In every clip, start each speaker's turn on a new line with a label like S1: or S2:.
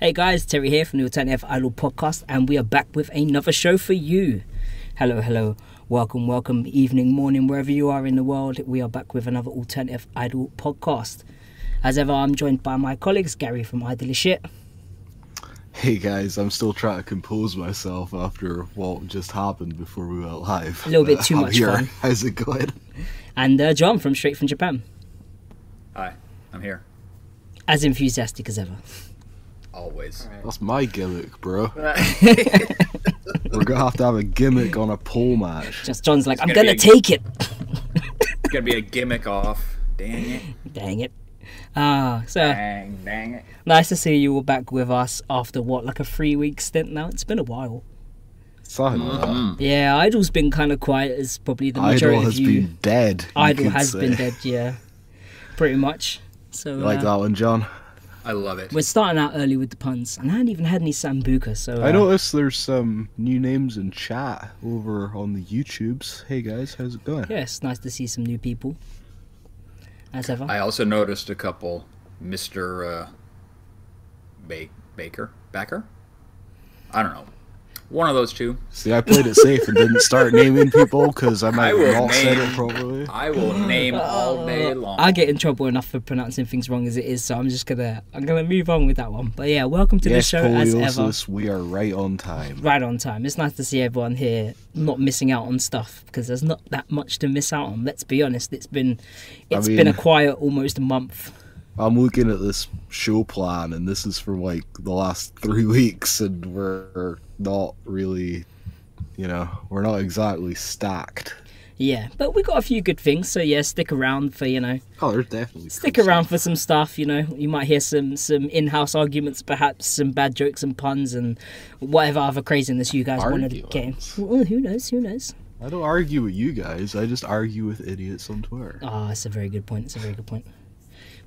S1: Hey guys, Terry here from the Alternative Idol podcast, and we are back with another show for you. Hello, hello. Welcome, welcome, evening, morning, wherever you are in the world. We are back with another Alternative Idol podcast. As ever, I'm joined by my colleagues, Gary from Idol Shit.
S2: Hey guys, I'm still trying to compose myself after what just happened before we went live.
S1: A little bit
S2: But
S1: too
S2: I'm
S1: much
S2: here.
S1: fun.
S2: How's it going?
S1: And uh, John from Straight from Japan.
S3: Hi, I'm here.
S1: As enthusiastic as ever.
S3: Always.
S2: That's my gimmick, bro. We're gonna have to have a gimmick on a pole match.
S1: Just John's like, I'm
S3: gonna
S1: gonna
S3: be a-
S1: take it.
S3: It's gonna be a gimmick off. Dang it.
S1: Dang it. Ah, so
S3: Dang, dang it.
S1: nice to see you all back with us after what, like a three week stint now? It's been a while.
S2: Something like that.
S1: Yeah, Idol's been kind of quiet, as probably the Mm-hmm. majority
S2: Idol has
S1: of you.
S2: been dead. you
S1: Idol
S2: could
S1: has
S2: say.
S1: been dead, yeah. Pretty much. So
S2: You like
S1: uh,
S2: that one, John?
S3: I love it.
S1: we're starting out early with the puns, and I hadn't even had any sambuca. So uh,
S2: I noticed there's some new names in chat over on the YouTubes. Hey guys, how's it going?
S1: Yeah, it's nice to see some new people. As ever,
S3: I also noticed a couple, Mr. Uh, ba- Baker, Backer. I don't know. One of those two.
S2: See, I played it safe and didn't start naming people because I might
S3: I will
S2: have not said it
S3: name-
S2: properly.
S3: I will name all day long.
S1: I get in trouble enough for pronouncing things wrong as it is, so I'm just gonna I'm gonna move on with that one. But yeah, welcome to
S2: Yes,
S1: the show as ever.
S2: Poliosis, we are right on time.
S1: Right on time. It's nice to see everyone here not missing out on stuff because there's not that much to miss out on. Let's be honest, it's been it's been a
S2: mean-
S1: quiet almost month.
S2: I'm looking at this show plan, and this is from like the last three weeks, and we're not really, you know, we're not exactly stacked.
S1: Yeah, but we got a few good things, so yeah, stick around for you know
S2: Oh, there's definitely
S1: stick
S2: good
S1: around
S2: stuff.
S1: for some stuff. You know, you might hear some some in-house arguments, perhaps some bad jokes and puns and whatever other craziness you guys wanted to get. in.
S2: Arguments?
S1: Well, who knows? Who knows?
S2: I don't argue with you guys. I just argue with idiots on Twitter.
S1: Ah, it's a very good point. It's a very good point.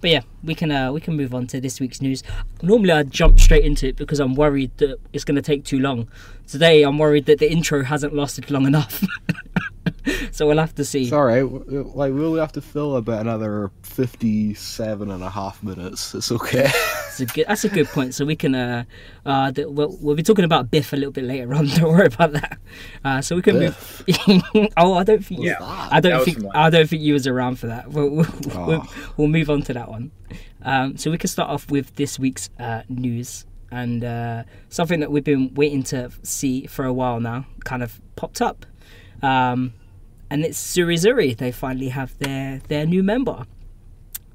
S1: But yeah, we can uh, we can move on to this week's news. Normally I'd jump straight into it because I'm worried that it's going to take too long. Today I'm worried that the intro hasn't lasted long enough. so we'll have to see.
S2: It's all right. w- Like we only have to fill about another 57 and a half minutes. It's okay.
S1: That's a good. That's a good point. So we can. Uh, uh, th- we'll, we'll be talking about Biff a little bit later on. Don't worry about that. Uh, so we can move. oh, I don't think. You,
S3: Yeah.
S1: I
S3: That
S1: don't
S3: was Ah.
S1: think.
S3: from-
S1: I don't think you was around for that. We'll we'll, we'll,
S2: Oh.
S1: we'll move on to that one. Um, so we can start off with this week's uh, news and uh, something that we've been waiting to see for a while now. Kind of popped up. Um, and it's Surizuri. They finally have their their new member.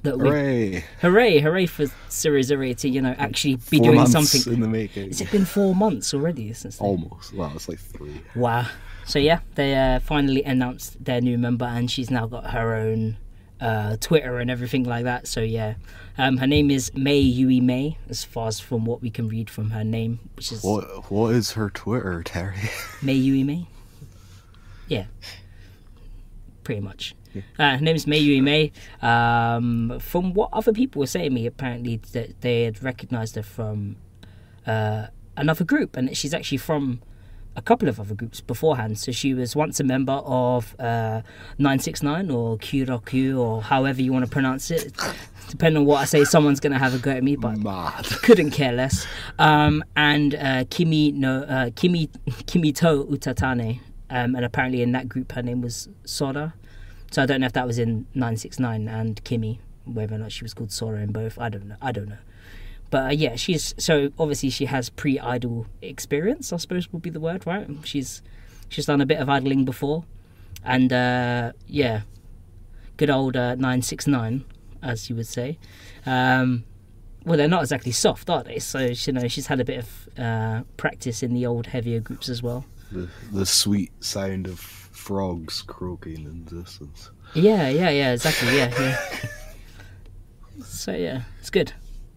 S1: That we
S2: Hooray!
S1: hooray, hooray for Sirizuri to, you know, actually be
S2: Four
S1: doing
S2: months
S1: something.
S2: in the Oh. making.
S1: Has it been four months already since? Then?
S2: Almost. Well, it's like three.
S1: Wow. So yeah, they uh, finally announced their new member, and she's now got her own uh, Twitter and everything like that. So yeah, um, her name is May Yui May, as far as from what we can read from her name, which is
S2: What? What is her Twitter, Terry?
S1: May Yui May. Yeah. Pretty much. Uh, her name's May Yui May. Um, from what other people were saying to me, apparently that they had recognised her from uh, another group, and that she's actually from a couple of other groups beforehand. So she was once a member of uh, 969 or Kyuraku or however you want to pronounce it. Depending on what I say, someone's going to have a go at me, but
S2: Mad.
S1: couldn't care less. Um, and uh, Kimi no uh, Kimi Kimito Utatane, um, and apparently in that group her name was Sora. So I don't know if that was in nine six nine and Kimi, whether or not she was called Sora in both. I don't know. I don't know. But uh, yeah, she's so obviously she has pre idol experience. I suppose would be the word, right? She's she's done a bit of idling before, and uh, yeah, good old uh, nine six nine, as you would say. Um, well, they're not exactly soft, are they? So you know, she's had a bit of uh, practice in the old heavier groups as well.
S2: the, the sweet sound of frogs croaking in the distance.
S1: Yeah, yeah, yeah, exactly. Yeah, yeah. so yeah, it's good.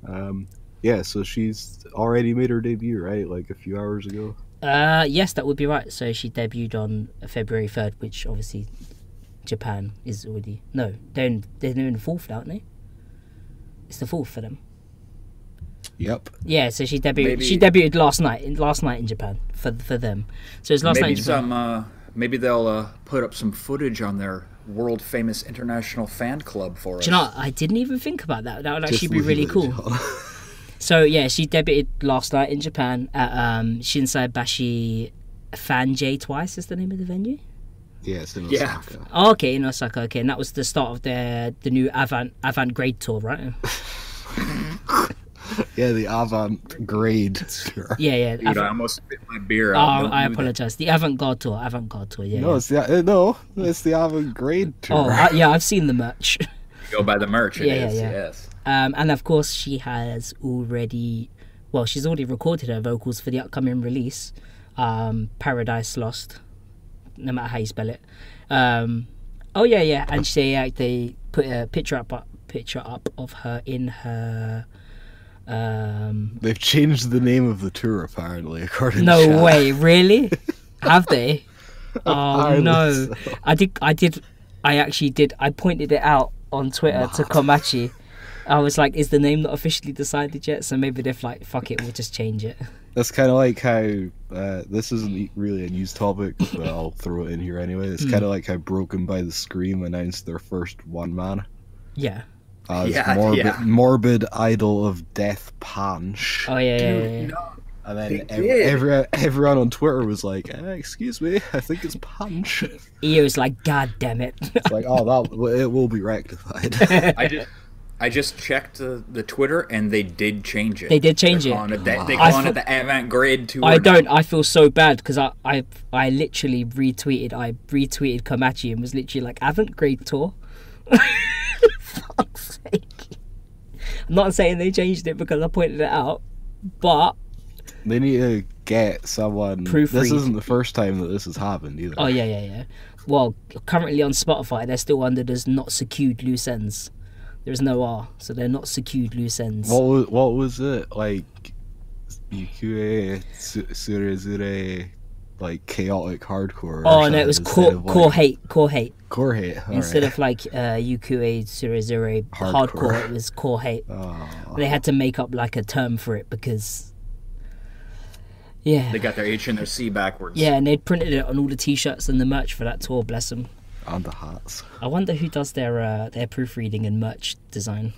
S2: Um, yeah, so she's already made her debut, right? Like a few hours ago.
S1: Uh, yes, that would be right. So she debuted on February third, which obviously Japan is already no, they're in, they're doing the fourth, aren't they? It's the fourth for them.
S2: Yep.
S1: Yeah, so she debuted.
S3: Maybe-
S1: She debuted last night. in- Last night in Japan for for them. So it's last night.
S3: maybe
S1: In Japan.
S3: some. Uh, maybe they'll uh, put up some footage on their world famous international fan club for us.
S1: Do you know? what? I didn't even think about that. That would actually
S2: Just
S1: be really
S2: leave it,
S1: cool.
S2: John.
S1: So yeah, she debuted last night in Japan at um, Shinsai Bashi Fanje twice is the name of the venue.
S2: Yeah, it's in
S3: Yeah.
S2: Osaka.
S1: Oh, okay, in Osaka. Okay, and that was the start of the the new Avant Avant Grade tour, right?
S2: Yeah, the avant grade tour.
S1: Yeah, yeah.
S3: Dude, I
S1: Avant-
S3: almost spit my beer
S1: oh,
S3: out. Don't
S1: I
S3: do that.
S1: apologize. The Avant Garde tour. Avant Garde tour. Yeah.
S2: No,
S1: yeah.
S2: it's the uh, no, it's the avant grade tour.
S1: Oh, I, yeah. I've seen the merch.
S3: Go by the merch. It
S1: Yeah, yeah,
S3: is,
S1: yeah.
S3: Yes.
S1: Um, and of course, she has already, well, she's already recorded her vocals for the upcoming release, um, Paradise Lost, no matter how you spell it. Um, oh yeah, yeah, and she uh, they put a picture up, picture up of her in her. Um,
S2: They've changed the name of the tour apparently, according to
S1: no
S2: Shaq.
S1: way, really? Have they? Oh
S2: Apparently
S1: no,
S2: so.
S1: I did, I did, I actually did. I pointed it out on Twitter to Komachi. I was like, "Is the name not officially decided yet?" So maybe they're like, "Fuck it, we'll just change it."
S2: That's kind of like how uh, this isn't really a news topic, but I'll throw it in here anyway. It's
S1: Hmm.
S2: kind of like how Broken by the Scream announced their first one man
S1: Yeah.
S2: as
S3: Yeah,
S2: Uh, morbid,
S3: yeah.
S2: morbid idol of death punch,
S1: Oh yeah, yeah, yeah, yeah.
S3: Dude, no.
S2: and then
S3: they
S2: ev-
S3: did.
S2: every, everyone on Twitter was like, eh, "Excuse me, I think it's punch." It's
S1: Io is like, "God damn it!"
S2: like, oh, that well, it will be rectified.
S3: I just. I just checked the, the Twitter and they did change it.
S1: They did change
S3: They're
S1: it.
S3: calling They, they
S1: I
S3: calling
S1: fe-
S3: it the Avant Grade Tour.
S1: I don't.
S3: now.
S1: I feel so bad because I, I, I literally retweeted. I retweeted Komachi and was literally like, "Avant Grade Tour." Fuck's sake! I'm not saying they changed it because I pointed it out, but
S2: they need to get someone. This
S1: Proofread.
S2: isn't the first time that this has happened either.
S1: Oh yeah, yeah, yeah. Well, currently on Spotify, they're still under this not secured loose ends. There is no R, so they're not secured loose ends.
S2: What was, what was it like? Yukue Su- Surezure, like chaotic hardcore. or
S1: oh no, it was
S2: something
S1: core,
S2: instead of, like,
S1: core hate, core hate.
S2: Core hate. all right.
S1: Instead of like uh, UQA zero zero hardcore.
S2: Hardcore.
S1: it was core hate.
S2: Oh,
S1: They had to make up like a term for it because, yeah,
S3: They got their H and their C backwards.
S1: yeah, and they printed it on all the T-shirts and the merch for that tour. Bless them.
S2: and the hats.
S1: I wonder who does their uh, their proofreading and merch design.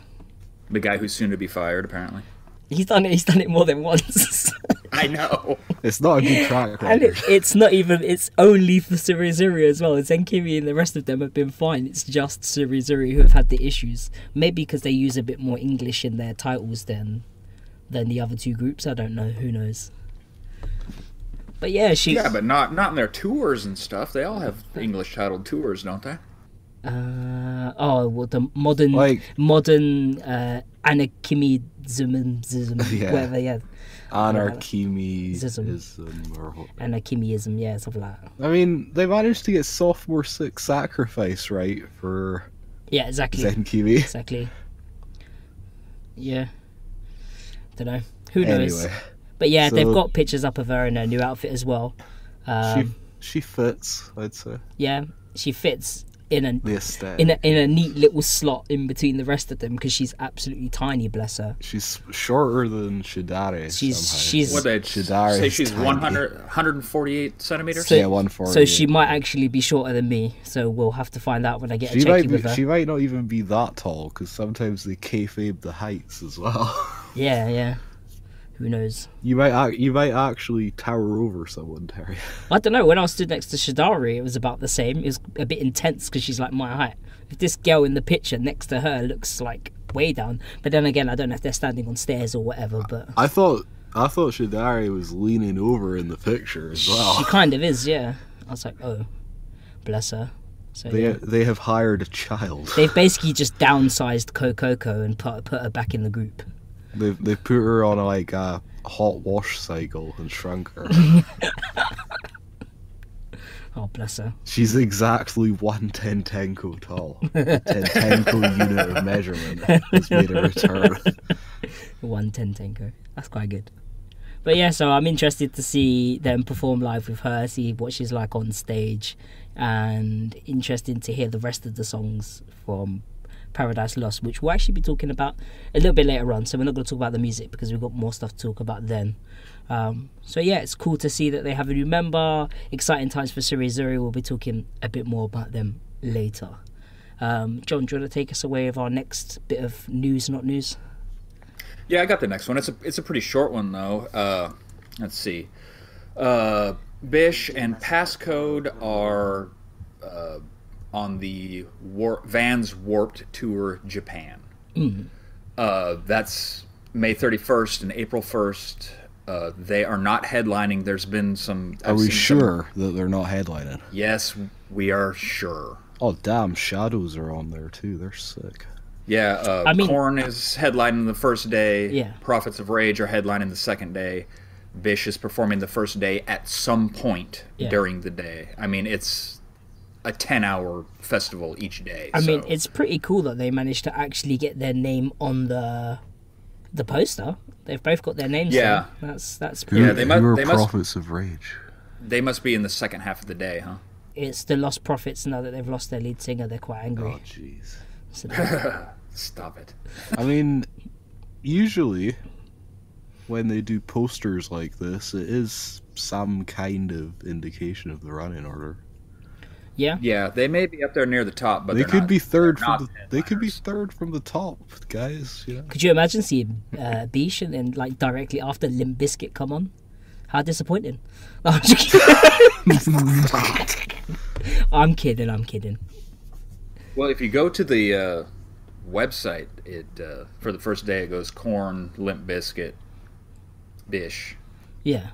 S3: The guy who's soon to be fired, apparently.
S1: He's done it. He's done it more than once.
S3: I know.
S2: It's not a good track
S1: And
S2: record.
S1: it, it's not even, it's only for Suri Zuri as well. Zenkiri and the rest of them have been fine. It's just Suri Zuri who have had the issues. Maybe because they use a bit more English in their titles than than the other two groups. I don't know. Who knows? But yeah, she.
S3: Yeah, but not not in their tours and stuff. They all have English titled tours, don't they?
S1: uh, oh, well, the modern
S2: Like-
S1: modern uh, anarchimism,
S2: Yeah.
S1: whatever, yeah. Zism.
S2: Anarchism. Or... what-
S1: Anarchimism, yeah, something like that.
S2: I mean, they managed to get sophomore six sacrifice right for
S1: Yeah, exactly.
S2: Zen Kiwi.
S1: Exactly. Yeah. Don't know. Who knows?
S2: Anyway,
S1: But yeah, they've
S2: So-
S1: got pictures up of her in her new outfit as well. Um,
S2: she she fits. I'd say
S1: yeah, she fits in a
S2: the aesthetic.
S1: in a in a neat little slot in between the rest of them because she's absolutely tiny. Bless her.
S2: She's shorter than Shidare.
S1: She's-
S2: somehow.
S1: she's-
S3: What they
S2: Shadara
S3: say
S2: is
S3: she's
S2: tiny.
S3: 100, 148 centimeters.
S1: So-
S2: yeah, one forty.
S1: So she might actually be shorter than me. So we'll have to find out when I get a
S2: She
S1: check
S2: might
S1: with
S2: be,
S1: her.
S2: she might not even be that tall because sometimes they kayfabe the heights as well.
S1: Yeah, yeah. Who knows?
S2: you might ac- you might actually tower over someone, Terry.
S1: I don't know. When I stood next to Shadari, it was about the same. It was a bit intense because she's like my height. If this girl in the picture next to her looks like way down, but then again, I don't know if they're standing on stairs or whatever. But
S2: I thought I thought Shidare was leaning over in the picture as
S1: she
S2: well.
S1: kind of is, yeah. I was like, oh, bless her. So
S2: They
S1: yeah.
S2: they have hired a child.
S1: they've basically just downsized Kokoko and put put her back in the group.
S2: They they put her on a, like a hot wash cycle and shrunk her.
S1: Oh, bless her.
S2: She's exactly one tentenko tall. A tentenko unit of measurement has made a return.
S1: One ten tenko. That's quite good. But yeah, so I'm interested to see them perform live with her, see what she's like on stage, and interesting to hear the rest of the songs from Paradise Lost, which we'll actually be talking about a little bit later on. So we're not going to talk about the music because we've got more stuff to talk about then. Um, so yeah, it's cool to see that they have a new member. Exciting times for Suri Zuri. We'll be talking a bit more about them later. Um, John, do you want to take us away with our next bit of news, not news?
S3: Yeah, I got the next one. It's a it's a pretty short one though. Uh, let's see. Uh, Bish and Passcode are uh, on the War- Vans Warped Tour Japan.
S2: Mm-hmm.
S3: Uh, that's May 31st and April 1st. Uh, they are not headlining. There's been some.
S2: Are
S3: I've
S2: we
S3: seen some-
S2: sure that they're not headlining?
S3: yes, we are sure.
S2: Oh damn, shadows are on there too. They're sick.
S3: Yeah, uh,
S1: I mean-
S3: Korn is headlining the first day.
S1: Yeah.
S3: Prophets of Rage are headlining the second day. Bish is performing the first day at some point
S1: Yeah.
S3: during the day. I mean, it's a ten-hour festival each day.
S1: I mean,
S3: so-
S1: it's pretty cool that they managed to actually get their name on the the poster. They've both got their names.
S3: Yeah.
S1: there. that's that's pretty.
S3: Yeah, they must-
S2: are
S3: they must-
S2: prophets of rage.
S3: they must be in the second half of the day, huh?
S1: It's the Lost Prophets now that they've lost their lead singer. They're quite angry.
S2: Oh jeez.
S1: So they-
S3: Stop it.
S2: I mean, usually when they do posters like this, it is some kind of indication of the running order.
S1: yeah,
S3: Yeah, they may be up there near the top, but
S2: they
S3: they're
S2: could
S3: not-
S2: be third
S3: they're
S2: from
S3: not
S2: the, they could be
S3: headliners.
S2: third from the top, guys. You know?
S1: could you imagine seeing uh, Beesh and then like directly after Limp Biscuit come on? How disappointing! No, I'm, just kidding. I'm kidding. I'm kidding.
S3: Well, if you go to the uh, website, it uh, for the first day it goes corn, limp biscuit, bish.
S1: Yeah,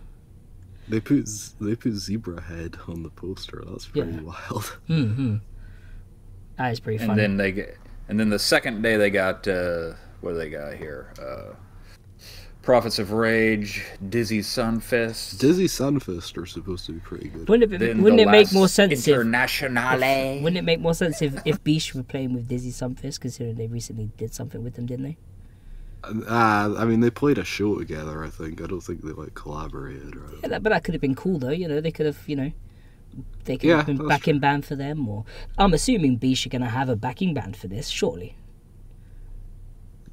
S2: They put z- they put zebra head on the poster. That's pretty
S1: Yeah.
S2: wild.
S1: that is pretty
S3: and
S1: funny.
S3: then they get, and then the second day they got uh, what do they got here? Uh, Prophets of Rage, Dizzy Sunfist,
S2: Dizzy Sunfist are supposed to be pretty good.
S1: wouldn't it,
S3: then
S1: be- wouldn't
S3: the
S1: it make
S3: last
S1: more sense if
S3: Internationale.
S1: wouldn't it make more sense if, if Beesh were playing with Dizzy Sunfist considering they recently did something with them, didn't they?
S2: Uh, I mean, they played a show together. I think. I don't think they like collaborated. Or anything.
S1: Yeah, that, but that could have been cool though. You know, they could have, you know, they could
S2: Yeah,
S1: have been
S2: that's
S1: backing band for them. Or I'm assuming Beesh are going to have a backing band for this, surely.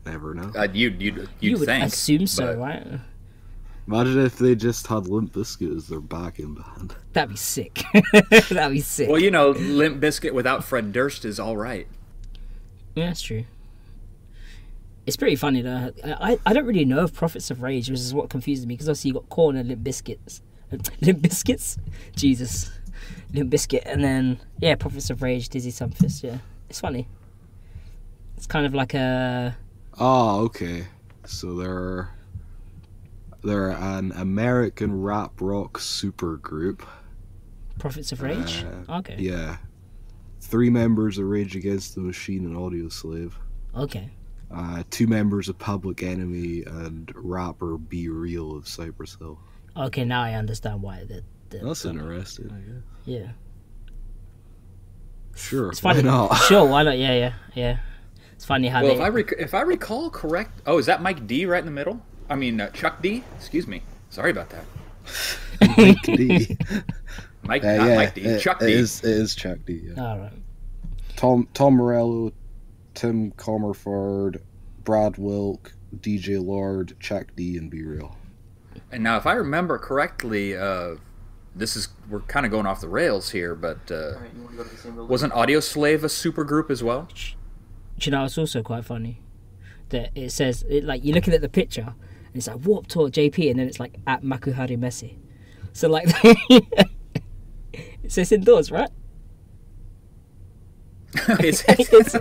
S2: Never know.
S3: Uh, you'd, you'd, you'd
S1: you would
S3: think,
S1: assume so,
S3: but-
S1: right?
S2: Imagine if they just had Limp Bizkit as their backing band.
S1: That'd be sick. That'd be sick.
S3: Well, you know, Limp Biscuit without Fred Durst is all right.
S1: yeah, that's true. It's pretty funny though. I, I- I don't really know of Prophets of Rage, which is what confuses me because obviously you got Corn and Limp Biscuits. Limp Biscuits? Jesus. Limp Biscuit. And then, yeah, Prophets of Rage, Dizzy Sunfist. Yeah. It's funny. It's kind of like a.
S2: Oh, okay. So they're they're an American rap rock super group.
S1: Prophets of Rage?
S2: Uh,
S1: okay.
S2: Yeah, three members of Rage Against the Machine and Audio Slave.
S1: Okay.
S2: uh, two members of Public Enemy and rapper Be Real of Cypress Hill.
S1: Okay, now I understand why. The, the,
S2: That's interesting, I guess.
S1: yeah.
S2: Sure,
S1: It's
S2: why
S1: funny.
S2: not?
S1: Sure, why not? Yeah, yeah, yeah. It's funny how
S3: Well,
S1: they.
S3: if I rec- if I recall correct, oh, is that Mike D right in the middle? I mean, uh, Chuck D. Excuse me. Sorry about that.
S2: D.
S3: Mike,
S2: Uh,
S3: not
S2: yeah,
S3: Mike D.
S2: it-
S3: Chuck
S2: it
S3: D.
S2: is- it is Chuck D. yeah.
S1: All right.
S2: Tom Tom Morello, Tim Comerford, Brad Wilk, DJ Lord, Chuck D, and Be Real.
S3: And now, if I remember correctly, uh, this is we're kind of going off the rails here, but uh,
S4: Alright, you want to go to the same building?
S3: wasn't Audio Slave a supergroup as well?
S1: Do you know it's also quite funny that it says it, like you're looking at the picture and it's like Warped Tour JP and then it's like at Makuhari Messi. So like, so it's indoors, right?
S3: Is it-
S1: It's,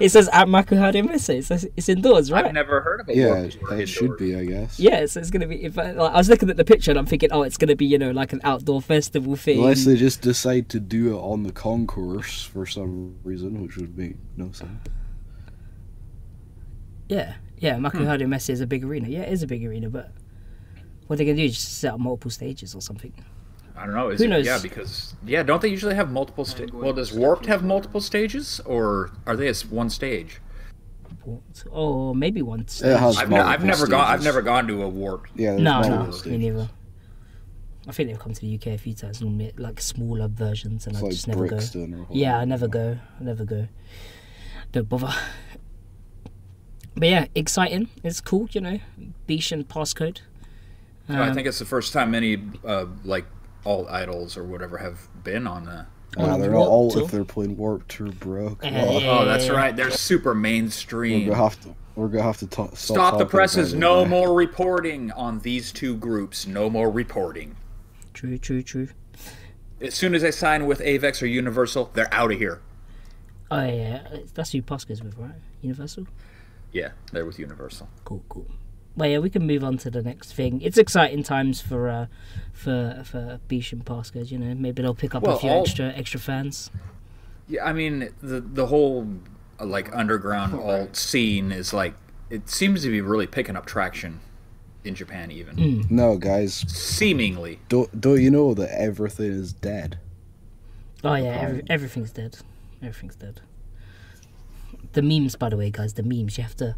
S1: it says at Makuhari Messi. It says it's indoors, right?
S3: I've never heard of a
S2: Yeah,
S3: warped
S2: it,
S3: tour
S2: it should
S3: indoors.
S2: be, I guess.
S1: yeah, so it's gonna be. If I, like, I was looking at the picture and I'm thinking, oh, it's gonna be you know like an outdoor festival thing.
S2: Unless they just decide to do it on the concourse for some reason, which would make no sense.
S1: Yeah, yeah, Makuhari Messi is a big arena. Yeah, it is a big arena, but what they gonna do is just set up multiple stages or something.
S3: I don't know. Is
S1: Who
S3: it,
S1: knows?
S3: Yeah, because yeah, don't they usually have multiple stages? Well, does Warped have multiple stages, or are they as one stage?
S1: Or maybe one stage.
S2: It has
S3: I've, ne-
S2: multiple
S3: I've never gone. I've
S2: stages.
S3: never gone to a Warped.
S2: Yeah, there's
S1: No,
S2: multiple
S1: no, me
S2: stages.
S1: neither. I think they've come to the UK a few times, normally like smaller versions, and
S2: It's
S1: I
S2: like
S1: just never go.
S2: Brixton or
S1: Yeah, I
S2: whatever.
S1: never go. I never go. Don't bother. But yeah, exciting. It's cool, you know. Beach and passcode.
S3: uh, I think it's the first time any uh, like all idols or whatever have been on the
S2: Uh,
S4: On
S2: they're not all
S4: Warped Tour?
S2: if they're playing Warp Tour, bro. Come
S1: Uh,
S2: on.
S1: yeah.
S3: Oh, that's right. They're super
S2: We're
S3: mainstream.
S2: gonna have to. We're gonna have to ta- stop,
S3: Stop the
S2: talking
S3: presses.
S2: about it,
S3: No
S2: man.
S3: more reporting on these two groups. No more reporting.
S1: True, true, true.
S3: As soon as they sign with Avex or Universal, they're out of here.
S1: Oh yeah, yeah, that's who Posca's with, right? Universal.
S3: Yeah, they're with Universal.
S1: Cool, cool. Well, yeah, we can move on to the next thing. It's exciting times for uh, for for Beach and Posca's. You know, maybe they'll pick up
S3: Well,
S1: a few
S3: all-
S1: extra extra fans.
S3: Yeah, I mean the the whole uh, like underground alt scene is like it seems to be really picking up traction in Japan, even
S2: No, guys.
S3: seemingly.
S2: Don't don't you know that everything is dead?
S1: Oh yeah, every, everything's dead. Everything's dead. The memes, by the way, guys. The memes. You have to.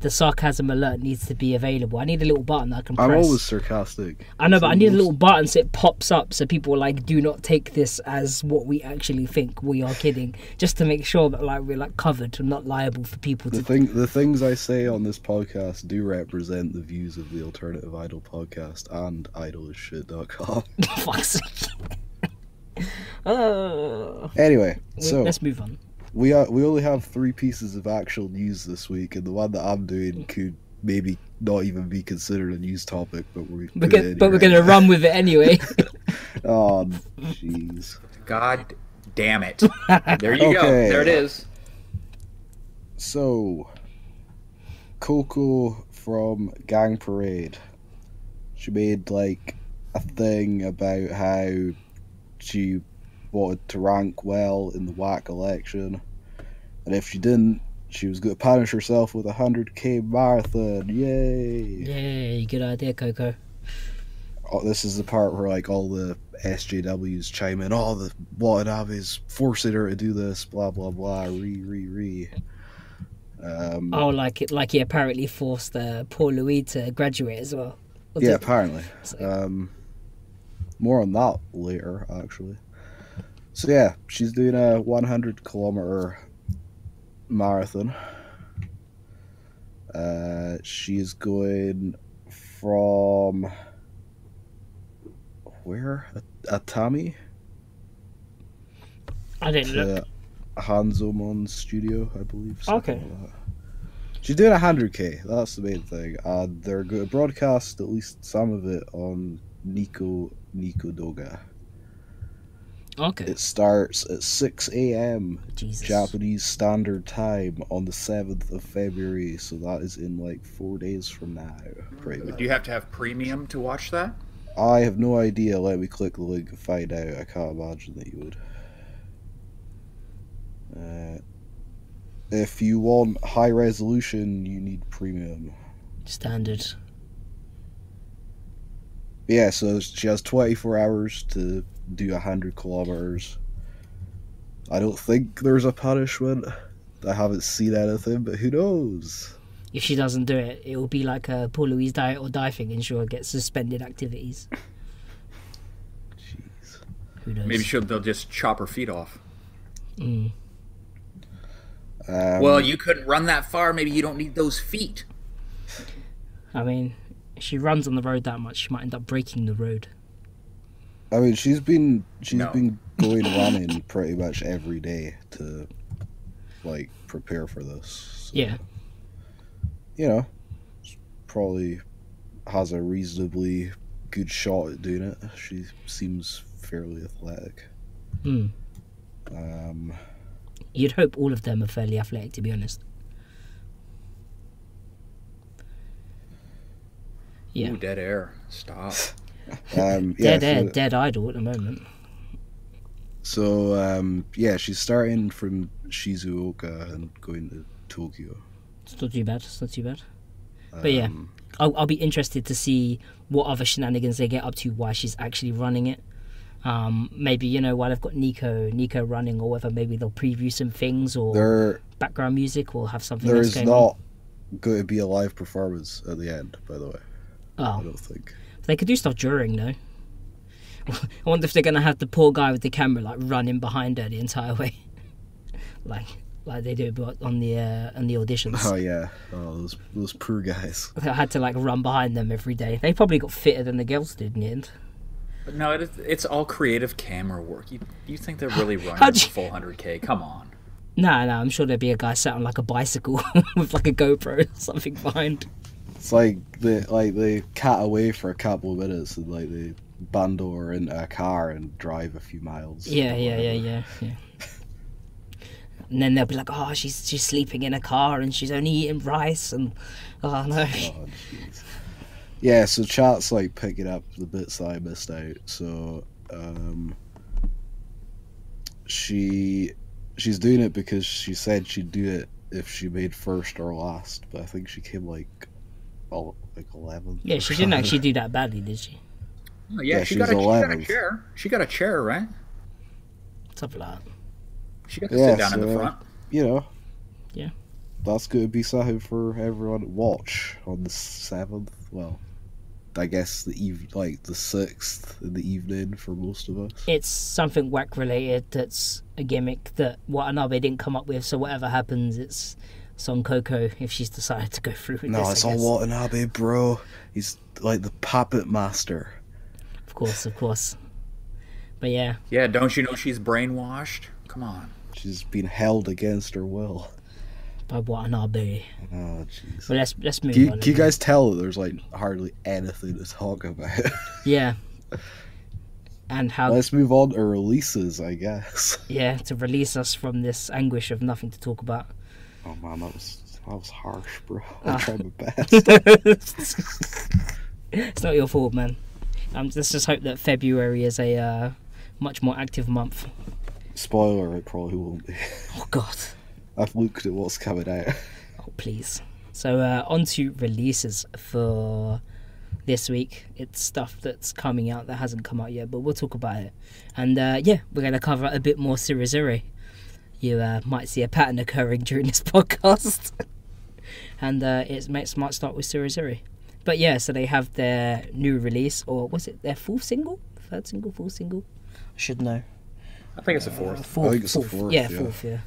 S1: The sarcasm alert needs to be available. I need a little button that I can press.
S2: I'm always sarcastic.
S1: I know, but I
S2: It's
S1: need a
S2: almost-
S1: little button so it pops up so people are like, do not take this as what we actually think. We are kidding. Just to make sure that like we're like covered and not liable for people
S2: The
S1: to.
S2: thing, the things I say on this podcast do represent the views of the Alternative Idol podcast and idolisshit.com.
S1: Fuck's sake. Uh,
S2: anyway,
S1: we-
S2: so
S1: let's move on.
S2: we are we only have three pieces of actual news this week, and the one that I'm doing could maybe not even be considered a news topic, but we're
S1: We're gonna, but we're going to run with it anyway.
S2: Oh, jeez.
S3: God damn it! There you go.
S2: Okay.
S3: There it is.
S2: So, Coco from Gang Parade, she made like a thing about how she wanted to rank well in the WAC election, and if she didn't, she was going to punish herself with a 100k marathon. Yay!
S1: Yay, good idea, Coco.
S2: Oh, this is the part where like all the SJWs chime in. Oh, the Watanabe's forcing her to do this. Blah blah blah. Re re re. Um,
S1: Oh, like it, like he apparently forced uh, poor Louis to graduate as well. Was
S2: yeah,
S1: it-
S2: apparently.
S1: it's like-
S2: Um, more on that later, actually. So yeah, she's doing a 100 kilometer marathon. Uh, she's going from where Atami
S1: I didn't look.
S2: to Hanzomon Studio, I believe. something
S1: Okay.
S2: like that. She's doing 100k. That's the main thing. Uh, they're going to broadcast at least some of it on Nico Nico Doga.
S1: Okay,
S2: It starts at 6 a.m.
S1: Jesus.
S2: Japanese Standard Time on the 7th of February, so that is in like four days from now. Pretty much.
S3: Do you have to have premium to watch that?
S2: I have no idea. Let me click the link and find out. I can't imagine that you would. Uh, if you want high resolution, you need premium.
S1: Standard.
S2: Yeah, so she has 24 hours to do 100 kilometers. I don't think there's a punishment. I haven't seen anything, but who knows?
S1: if she doesn't do it, it will be like a poor Louise diet or die thing, and she'll get suspended activities.
S2: Jeez.
S1: Who knows?
S3: Maybe she'll they'll just chop her feet off.
S1: Mm.
S2: Um,
S3: well, you couldn't run that far. Maybe you don't need those feet.
S1: I mean, if she runs on the road that much, she might end up breaking the road.
S2: I mean, she's been she's
S3: No.
S2: been going running pretty much every day to like prepare for this. So,
S1: Yeah,
S2: You know, she probably has a reasonably good shot at doing it. She seems fairly athletic.
S1: Hmm.
S2: Um,
S1: you'd hope all of them are fairly athletic, to be honest. Yeah.
S3: Ooh, dead air. Stop.
S2: um, yeah,
S1: dead air,
S2: so-
S1: dead idle at the moment.
S2: So um, yeah, she's starting from Shizuoka and going to Tokyo.
S1: It's not too bad. It's not too bad. But yeah,
S2: Um,
S1: I'll, I'll be interested to see what other shenanigans they get up to while she's actually running it. Um, maybe you know while they've got Nico, Nico running, or whether maybe they'll preview some things or
S2: There,
S1: background music or have something
S2: there
S1: else
S2: is
S1: going
S2: not going to be a live performance at the end. By the way, I
S1: on. Oh,
S2: don't think.
S1: they could do stuff during though. I wonder if they're gonna have the poor guy with the camera like running behind her the entire way, like like they do about- on the uh, on the
S2: Oh
S1: auditions.
S2: yeah, oh those those poor guys.
S1: I had to like run behind them every day. They probably got fitter than the girls did in the end.
S3: But no, it is, it's all creative camera work. You you think they're really running
S1: How'd you-
S3: full 100k? Come on.
S1: No, no, I'm sure there'd be a guy sat on like a bicycle with like a GoPro or something behind.
S2: It's like the like they cut away for a couple of minutes and like they bundle her into a car and drive a few miles.
S1: Yeah, yeah, yeah, yeah, yeah. And then they'll be like, "Oh, she's she's sleeping in a car and she's only eating rice," and oh no,
S2: Oh, jeez. yeah, so chat's like picking up the bits that I missed out. So um she she's doing it because she said she'd do it if she made first or last, but I think she came like oh like eleventh.
S1: yeah,
S2: or
S1: she didn't
S2: something.
S1: actually do that badly, did she?
S3: Oh, yeah,
S2: Yeah,
S3: she,
S2: she was
S3: got a, she got a
S2: 11.
S3: chair. She got a chair, right?
S1: Something like that.
S3: She got to
S2: Yeah,
S3: sit down in the
S2: so- uh,
S3: front.
S2: You know.
S1: Yeah.
S2: That's gonna be something for everyone to watch on the seventh. Well, I guess the eve like the sixth in the evening for most of us.
S1: It's something whack related. That's a gimmick that Watanabe didn't come up with. So whatever happens, it's Son Coco if she's decided to go through with
S2: No,
S1: this. I
S2: it's all
S1: guess.
S2: Watanabe, bro. He's like the puppet master.
S1: Of course, of course. But yeah,
S3: Yeah, don't you know she's brainwashed? Come on.
S2: She's been held against her will.
S1: by Watanabe.
S2: Oh, jeez.
S1: But let's let's move
S2: Can you,
S1: on.
S2: can you guys tell that there's like hardly anything to talk about?
S1: Yeah. And how
S2: Let's move on to releases, I guess.
S1: yeah to release us from this anguish of nothing to talk about.
S2: Oh man, that was that was harsh, bro. I
S1: Ah.
S2: tried my best.
S1: it's not your fault, man. Um, let's just hope that February is a uh, much more active month.
S2: Spoiler: It probably won't be.
S1: Oh God.
S2: I've looked at what's coming out.
S1: Oh please. So uh, on to releases for this week. It's stuff that's coming out that hasn't come out yet, but we'll talk about it. And uh, yeah, we're gonna cover a bit more Sirizuri. You uh, might see a pattern occurring during this podcast. and uh, it's it might start with Sirizuri. But yeah, so they have their new release, or was it their fourth single, third single, fourth single? I should know.
S3: I think it's a
S1: Uh,
S3: fourth.
S1: fourth,
S2: think it's the fourth,
S1: yeah,
S2: yeah.
S1: fourth, yeah.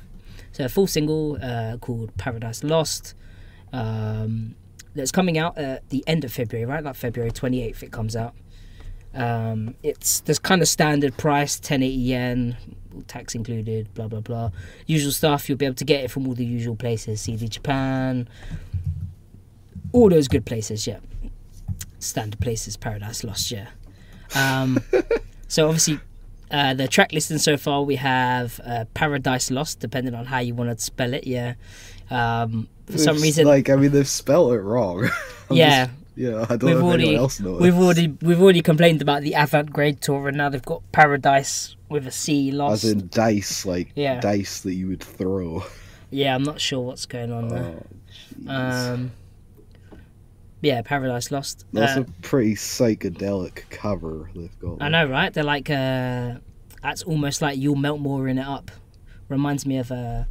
S1: So a full single uh, called Paradise Lost. Um, that's coming out at the end of February, right? Like February twenty eighth, it comes out. Um, it's this kind of standard price, ten eighty yen, tax included, blah blah blah. Usual stuff. You'll be able to get it from all the usual places: CD Japan, all those good places. Yeah, standard places. Paradise Lost. Yeah. Um, so obviously, uh, the track listing so far we have uh, Paradise Lost, depending on how you want to spell it. Yeah. Um, for some
S2: It's
S1: reason,
S2: like I mean, they've spelled it wrong. I'm
S1: yeah,
S2: just- yeah. I don't
S1: we've
S2: know if
S1: already
S2: anyone else knows.
S1: we've already we've already complained about the Avant Grade tour, and now they've got Paradise with a C lost.
S2: As in dice, like
S1: Yeah.
S2: dice that you would throw.
S1: yeah, I'm not sure what's going on there.
S2: Oh, jeez.
S1: Um, yeah, Paradise Lost.
S2: That's
S1: Uh,
S2: a pretty psychedelic cover they've got.
S1: I know, right? They're like uh, that's almost like you'll melt more in it up. Reminds me of uh,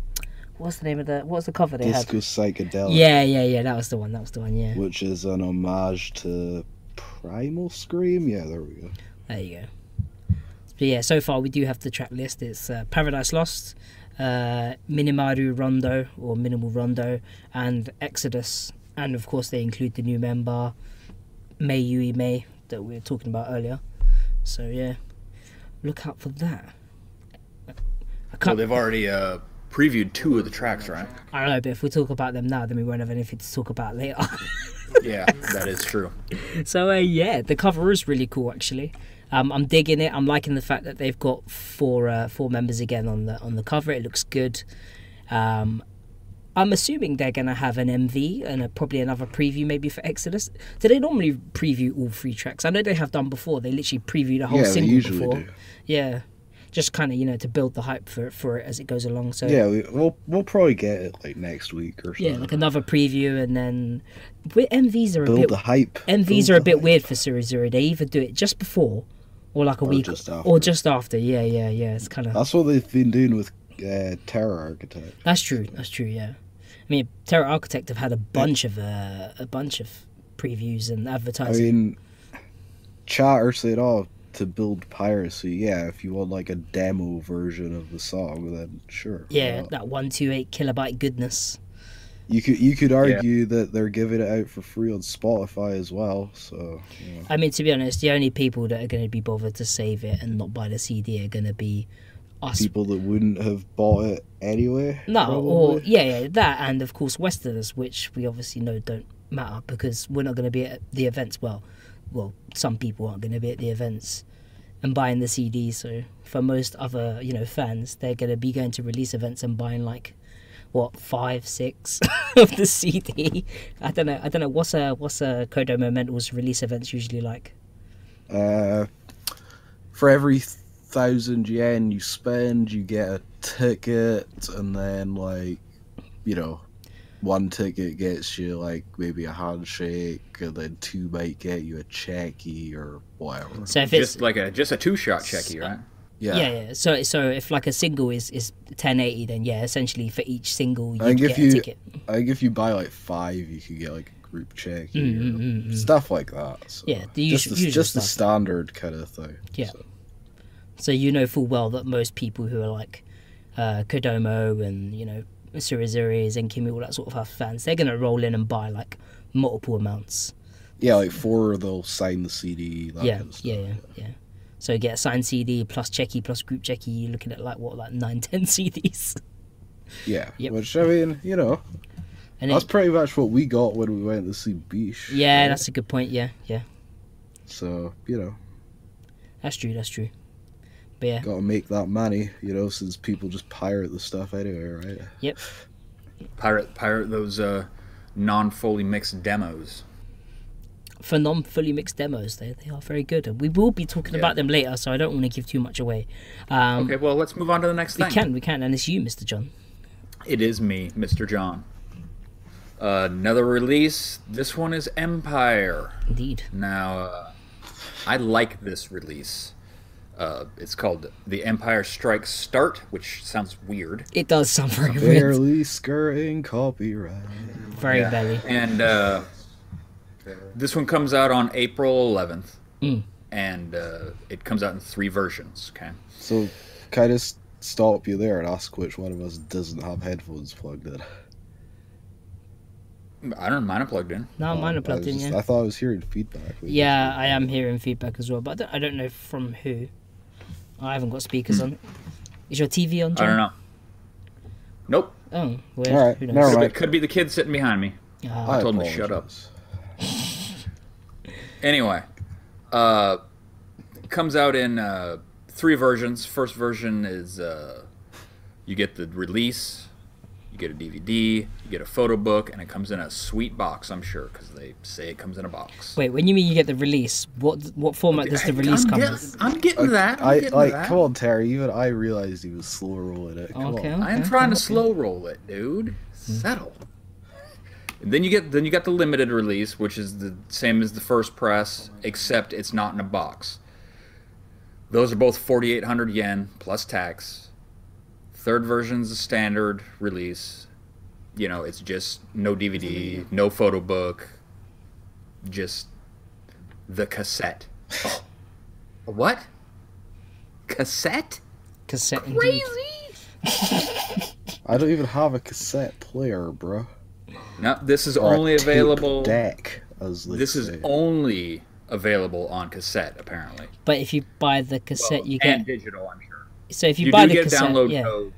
S1: what's the name of the what's the cover they
S2: Disco
S1: had?
S2: psychedelic,
S1: Yeah, yeah, yeah. That was the one. That was the one. Yeah.
S2: which is an homage to Primal Scream. Yeah, there we go.
S1: There you go. But yeah, so far we do have the track list. It's uh, Paradise Lost, uh, Minimaru Rondo or Minimal Rondo, and Exodus. And of course, they include the new member, Mei Yui Mei, that we were talking about earlier. So yeah, look out for that. I
S3: Well,
S1: can't.
S3: they've already uh, previewed two of the tracks, right?
S1: I don't know, but if we talk about them now, then we won't have anything to talk about later.
S3: Yeah, that is true.
S1: So uh, yeah, the cover is really cool actually. Um, I'm digging it. I'm liking the fact that they've got four uh, four members again on the on the cover. It looks good. Um, I'm assuming they're gonna have an MV and a, probably another preview maybe for Exodus. Do they normally preview all three tracks? I know they have done before. They literally preview the whole
S2: Yeah, they
S1: single
S2: usually
S1: before.
S2: do.
S1: Yeah, just kind of you know to build the hype for for it as it goes along. So
S2: Yeah, we, we'll we'll probably get it like next week or something.
S1: yeah, like another preview and then with MVs are a
S2: build
S1: bit
S2: the hype.
S1: MVs
S2: Build
S1: are a
S2: the
S1: bit
S2: hype.
S1: weird for Series Zero. They either do it just before, or like a week,
S2: just
S1: or
S2: after. Uh,
S1: just after. Yeah, yeah, yeah. It's kind of
S2: That's what they've been doing with uh, Terror Architect.
S1: that's true. That's true. Yeah. I mean, Terra Architect have had a bunch of uh, a bunch of previews and
S2: I
S1: advertising.
S2: mean, chatter said, "Oh, to build piracy." Yeah, if you want like a demo version of the song, then sure. why
S1: yeah,
S2: not?
S1: that one two eight kilobyte goodness.
S2: You could you could argue that they're giving it out for free on Spotify as well. So you know.
S1: I mean, to be honest, the only people that are going to be bothered to save it and not buy the CD are going to be us.
S2: people that wouldn't have bought it anyway.
S1: no, or
S2: probably.
S1: yeah, yeah, that, and of course Westerners, which we obviously know don't matter because we're not going to be at the events. Well, well, some people aren't going to be at the events and buying the CD. So for most other, you know, fans, they're going to be going to release events and buying like what five, six of the CD. I don't know. I don't know what's a what's a Kodo Momental's release events usually like.
S2: Uh, for every thousand yen you spend, you get a ticket, and then like, you know, one ticket gets you like maybe a handshake, and then two might get you a checky or whatever.
S1: So if it's
S3: Just like a just a two shot checky, right?
S2: Yeah.
S1: yeah, yeah. So so if like a single is is 1080, then yeah, essentially for each single
S2: I
S1: you
S2: think
S1: get
S2: if
S1: a
S2: you,
S1: ticket.
S2: I think if you buy like five, you could get like a group check
S1: Mm, mm, mm, mm.
S2: stuff like that. So.
S1: Yeah, the
S2: just
S1: usu-
S2: the,
S1: usual
S2: just the
S1: stuff.
S2: standard kind of thing.
S1: Yeah.
S2: So,
S1: So you know full well that most people who are like uh, Kodomo and you know Surizuri and Kimi, all that sort of stuff fans, they're gonna roll in and buy like multiple amounts.
S2: yeah, like four, they'll sign the CD. That
S1: yeah,
S2: kind of stuff.
S1: yeah, yeah, yeah. So you get a signed CD plus checky plus group checky. You're looking at like what like nine ten CDs.
S2: Yeah,
S1: Yep.
S2: which I mean, you know,
S1: And
S2: that's
S1: it,
S2: pretty much what we got when we went to see Beach.
S1: yeah, that's a good point. Yeah, yeah,
S2: so you know,
S1: that's true. That's true. But yeah,
S2: got to make that money, you know, since people just pirate the stuff anyway, right?
S1: yep.
S3: Pirate pirate those uh, non fully mixed demos.
S1: for non fully mixed demos. They, they are very good, and we will be talking
S3: Yeah.
S1: about them later. So I don't want to give too much away. Um,
S3: Okay, well let's move on to the next
S1: We
S3: thing.
S1: can, we can, and it's you, Mr. John.
S3: It is me, Mr. John. another release. This one is Empire.
S1: Indeed.
S3: Now, uh, I like this release. Uh, it's called The Empire Strikes Start, which sounds weird.
S1: It does sound very weird,
S2: Barely skirting copyright.
S1: very belly.
S3: And uh, this one comes out on April 11th, and uh, it comes out in three versions. Okay.
S2: So, can I just stop you there and ask which one of us doesn't have headphones plugged in?
S3: I don't mind it plugged in.
S1: No, mine are
S2: I, was
S1: plugged in,
S2: just-
S1: yeah.
S2: I thought I was hearing feedback. We-
S1: Yeah, I am hearing feedback as well, but I don't, I don't know from who. I haven't got speakers
S2: Hmm.
S1: on. Is your TV on,
S3: I don't
S1: John?
S3: know. Nope.
S1: Oh, weird.
S2: All right,
S1: Who knows?
S2: never
S3: Could,
S2: mind.
S3: be, could be the kid sitting behind me.
S1: Ah,
S2: I
S3: told him to shut up.
S2: apologize.
S3: Anyway, uh, comes out in uh, three versions. First version is uh, you get the release, you get a DVD, you get a photo book, and it comes in a sweet box. I'm sure because they say it comes in a box.
S1: Wait, when you mean you get the release, what what format does the release
S3: I'm
S1: come
S3: get-
S1: in?
S3: I'm getting that. I'm
S2: I
S3: getting
S2: like.
S3: that.
S2: Come on, Terry. Even I realized he was slow rolling it. Come
S1: Oh, Okay.
S2: on.
S3: I am
S1: okay,
S3: trying to
S1: okay.
S3: slow roll it, dude.
S2: Hmm.
S3: Settle. And then you get then you got the limited release, which is the same as the first press, except it's not in a box. Those are both 4,800 yen plus tax. Third version's the standard release. You know, it's just no DVD, no photo book, just the cassette. what? Cassette?
S1: Cassette, indeed.
S3: Crazy.
S2: I don't even have a cassette player, bro.
S3: No, this is
S2: Or a
S3: only
S2: tape
S3: available.
S2: deck. As they
S3: This is
S2: say.
S3: only available on cassette, apparently.
S1: But if you buy the cassette, you
S3: and
S1: get.
S3: digital, I'm sure.
S1: So if you,
S3: You
S1: buy
S3: do
S1: the
S3: get
S1: cassette,
S3: download
S1: yeah.
S3: code.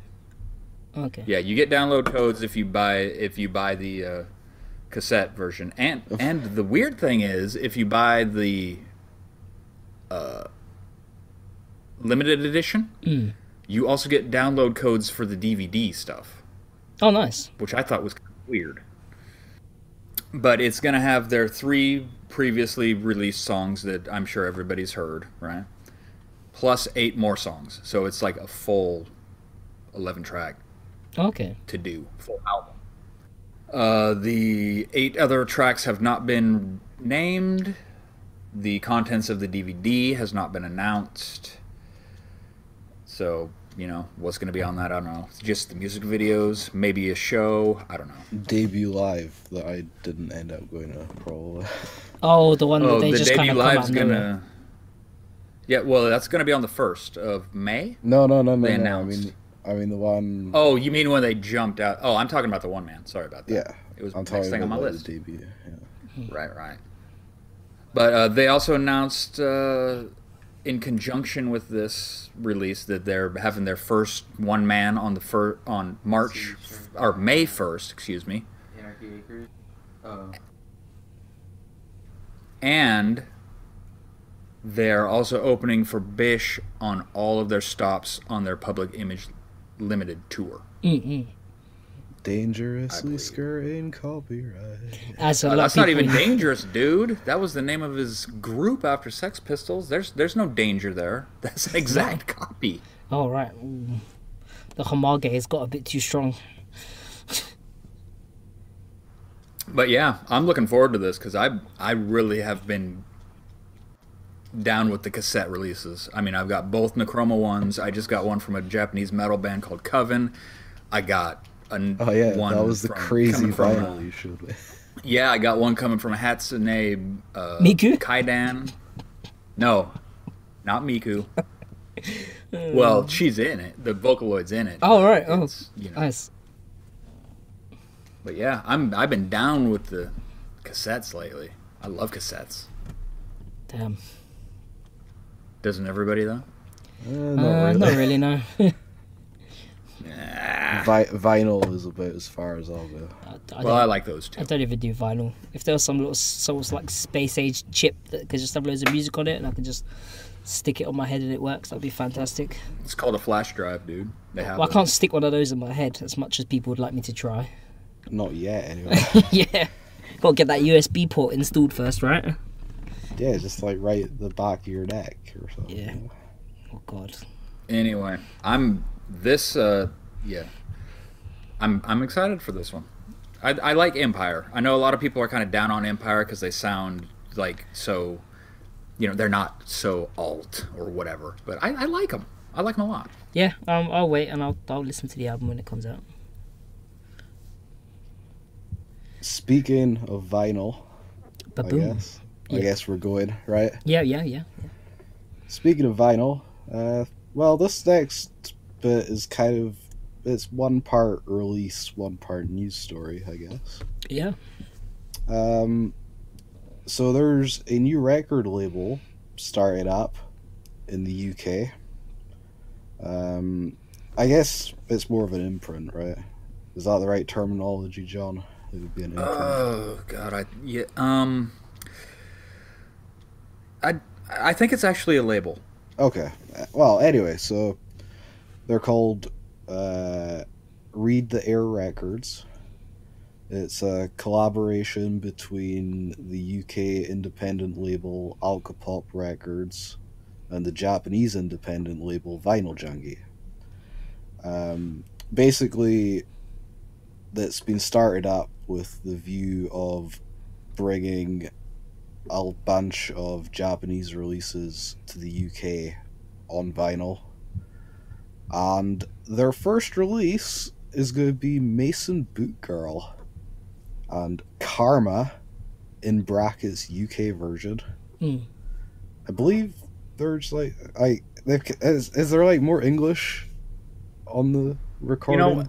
S1: Okay.
S3: Yeah, you get download codes if you buy if you buy the uh, cassette version. And and the weird thing is, if you buy the uh, limited edition,
S1: Hmm.
S3: you also get download codes for the DVD stuff.
S1: Oh, nice.
S3: which I thought was kind of weird. But it's going to have their three previously released songs that I'm sure everybody's heard, right? Plus eight more songs. So it's like a full 11 track
S1: Okay.
S3: to do, full album. Uh, the eight other tracks have not been named. The contents of the DVD has not been announced. So, you know, what's going to be on that? I don't know. Just the music videos, maybe a show. I don't know.
S2: debut live that I didn't end up going to. Probably.
S1: Oh, the one
S3: Oh,
S1: that they
S3: the
S1: just kind
S3: debut
S1: of come out
S3: live's
S1: of nowhere.
S3: gonna. Yeah, well, that's gonna be on the first of May.
S2: No, no, no, no.
S3: They
S2: no. I
S3: announced.
S2: mean, I mean, the one.
S3: Oh, you mean when they jumped out? Oh, I'm talking about the one man. Sorry about that.
S2: yeah,
S3: It was
S2: I'm
S3: next
S2: talking
S3: thing on my
S2: about
S3: list.
S2: his debut. Yeah.
S3: Right, right. But uh, they also announced, uh, in conjunction with this release, that they're having their first one man on the fir- on March f- or May first, excuse me,
S4: Anarchy Acres. Oh.
S3: and they're also opening for Bish on all of their stops on their Public Image Limited tour.
S1: Mm-mm.
S2: Dangerously
S3: I believe it.
S2: skirting copyright.
S1: That's a
S3: Uh,
S1: lot.
S3: that's
S1: of
S3: not
S1: people-
S3: even dangerous, dude. That was the name of his group after Sex Pistols. There's there's no danger there. That's an exact copy.
S1: All Oh, right, Ooh. the Homage has got a bit too strong.
S3: But yeah, I'm looking forward to this because I I really have been down with the cassette releases. I mean, I've got both Necroma ones. I just got one from a Japanese metal band called Coven. I got an,
S2: Oh yeah,
S3: one
S2: that was the
S3: from-
S2: crazy
S3: coming from,
S2: vinyl you showed me.
S3: yeah, I got one coming from Hatsune uh,
S1: Miku?
S3: Kaidan. No, not Miku. well, she's in it. The Vocaloid's in it.
S1: Oh,
S3: but
S1: right. Oh,
S3: it's, you know,
S1: Nice.
S3: But yeah, I'm I've been down with the cassettes lately. I love cassettes.
S1: Damn.
S3: Doesn't everybody though?
S2: Uh,
S1: Uh,
S2: not really.
S1: Not really. No.
S3: Nah.
S2: Vi- vinyl is about as far as I'll go.
S1: I, I
S3: Well, I
S1: don't,
S3: like those
S1: I
S3: two.
S1: don't even do vinyl. If there was some little sort of like space age chip that could just have loads of music on it, and I could just stick it on my head and it works, that'd be fantastic.
S3: It's called a flash drive, dude. They have.
S1: Well, I
S3: those.
S1: can't stick one of those in my head as much as people would like me to try.
S2: Not yet, anyway.
S1: yeah. Got to get that USB port installed first, right?
S2: yeah, just like right at the back of your neck or something.
S1: Yeah. Oh God.
S3: Anyway, I'm this. uh Yeah, I'm I'm excited for this one. I, I like Empire. I know a lot of people are kind of down on Empire because they sound like so, you know, they're not so alt or whatever. But I, I like them. I like them a lot.
S1: Yeah. Um. I'll wait and I'll I'll listen to the album when it comes out.
S2: Speaking of vinyl,
S1: But
S2: I
S1: boom.
S2: guess. I
S1: Yeah.
S2: guess we're going right.
S1: Yeah. Yeah. Yeah.
S2: Speaking of vinyl, uh, well, this next bit is kind of it's one part release, one part news story, I guess.
S1: Yeah.
S2: Um, so there's a new record label started up in the UK. Um, I guess it's more of an imprint, right? Is that the right terminology, John? It would be an imprint.
S3: Oh God, I yeah. Um, I I think it's actually a label.
S2: Okay. Uh, Well, anyway, so they're called uh, Read the Air Records. It's a collaboration between the UK independent label Alcapop Records and the Japanese independent label Vinyl Junkie. Um, basically, that's been started up with the view of bringing a bunch of Japanese releases to the UK on vinyl. And their first release is going to be Mason Boot Girl and Karma in brackets UK version.
S1: Mm.
S2: I believe there's like I they've is, is there like more English on the recording?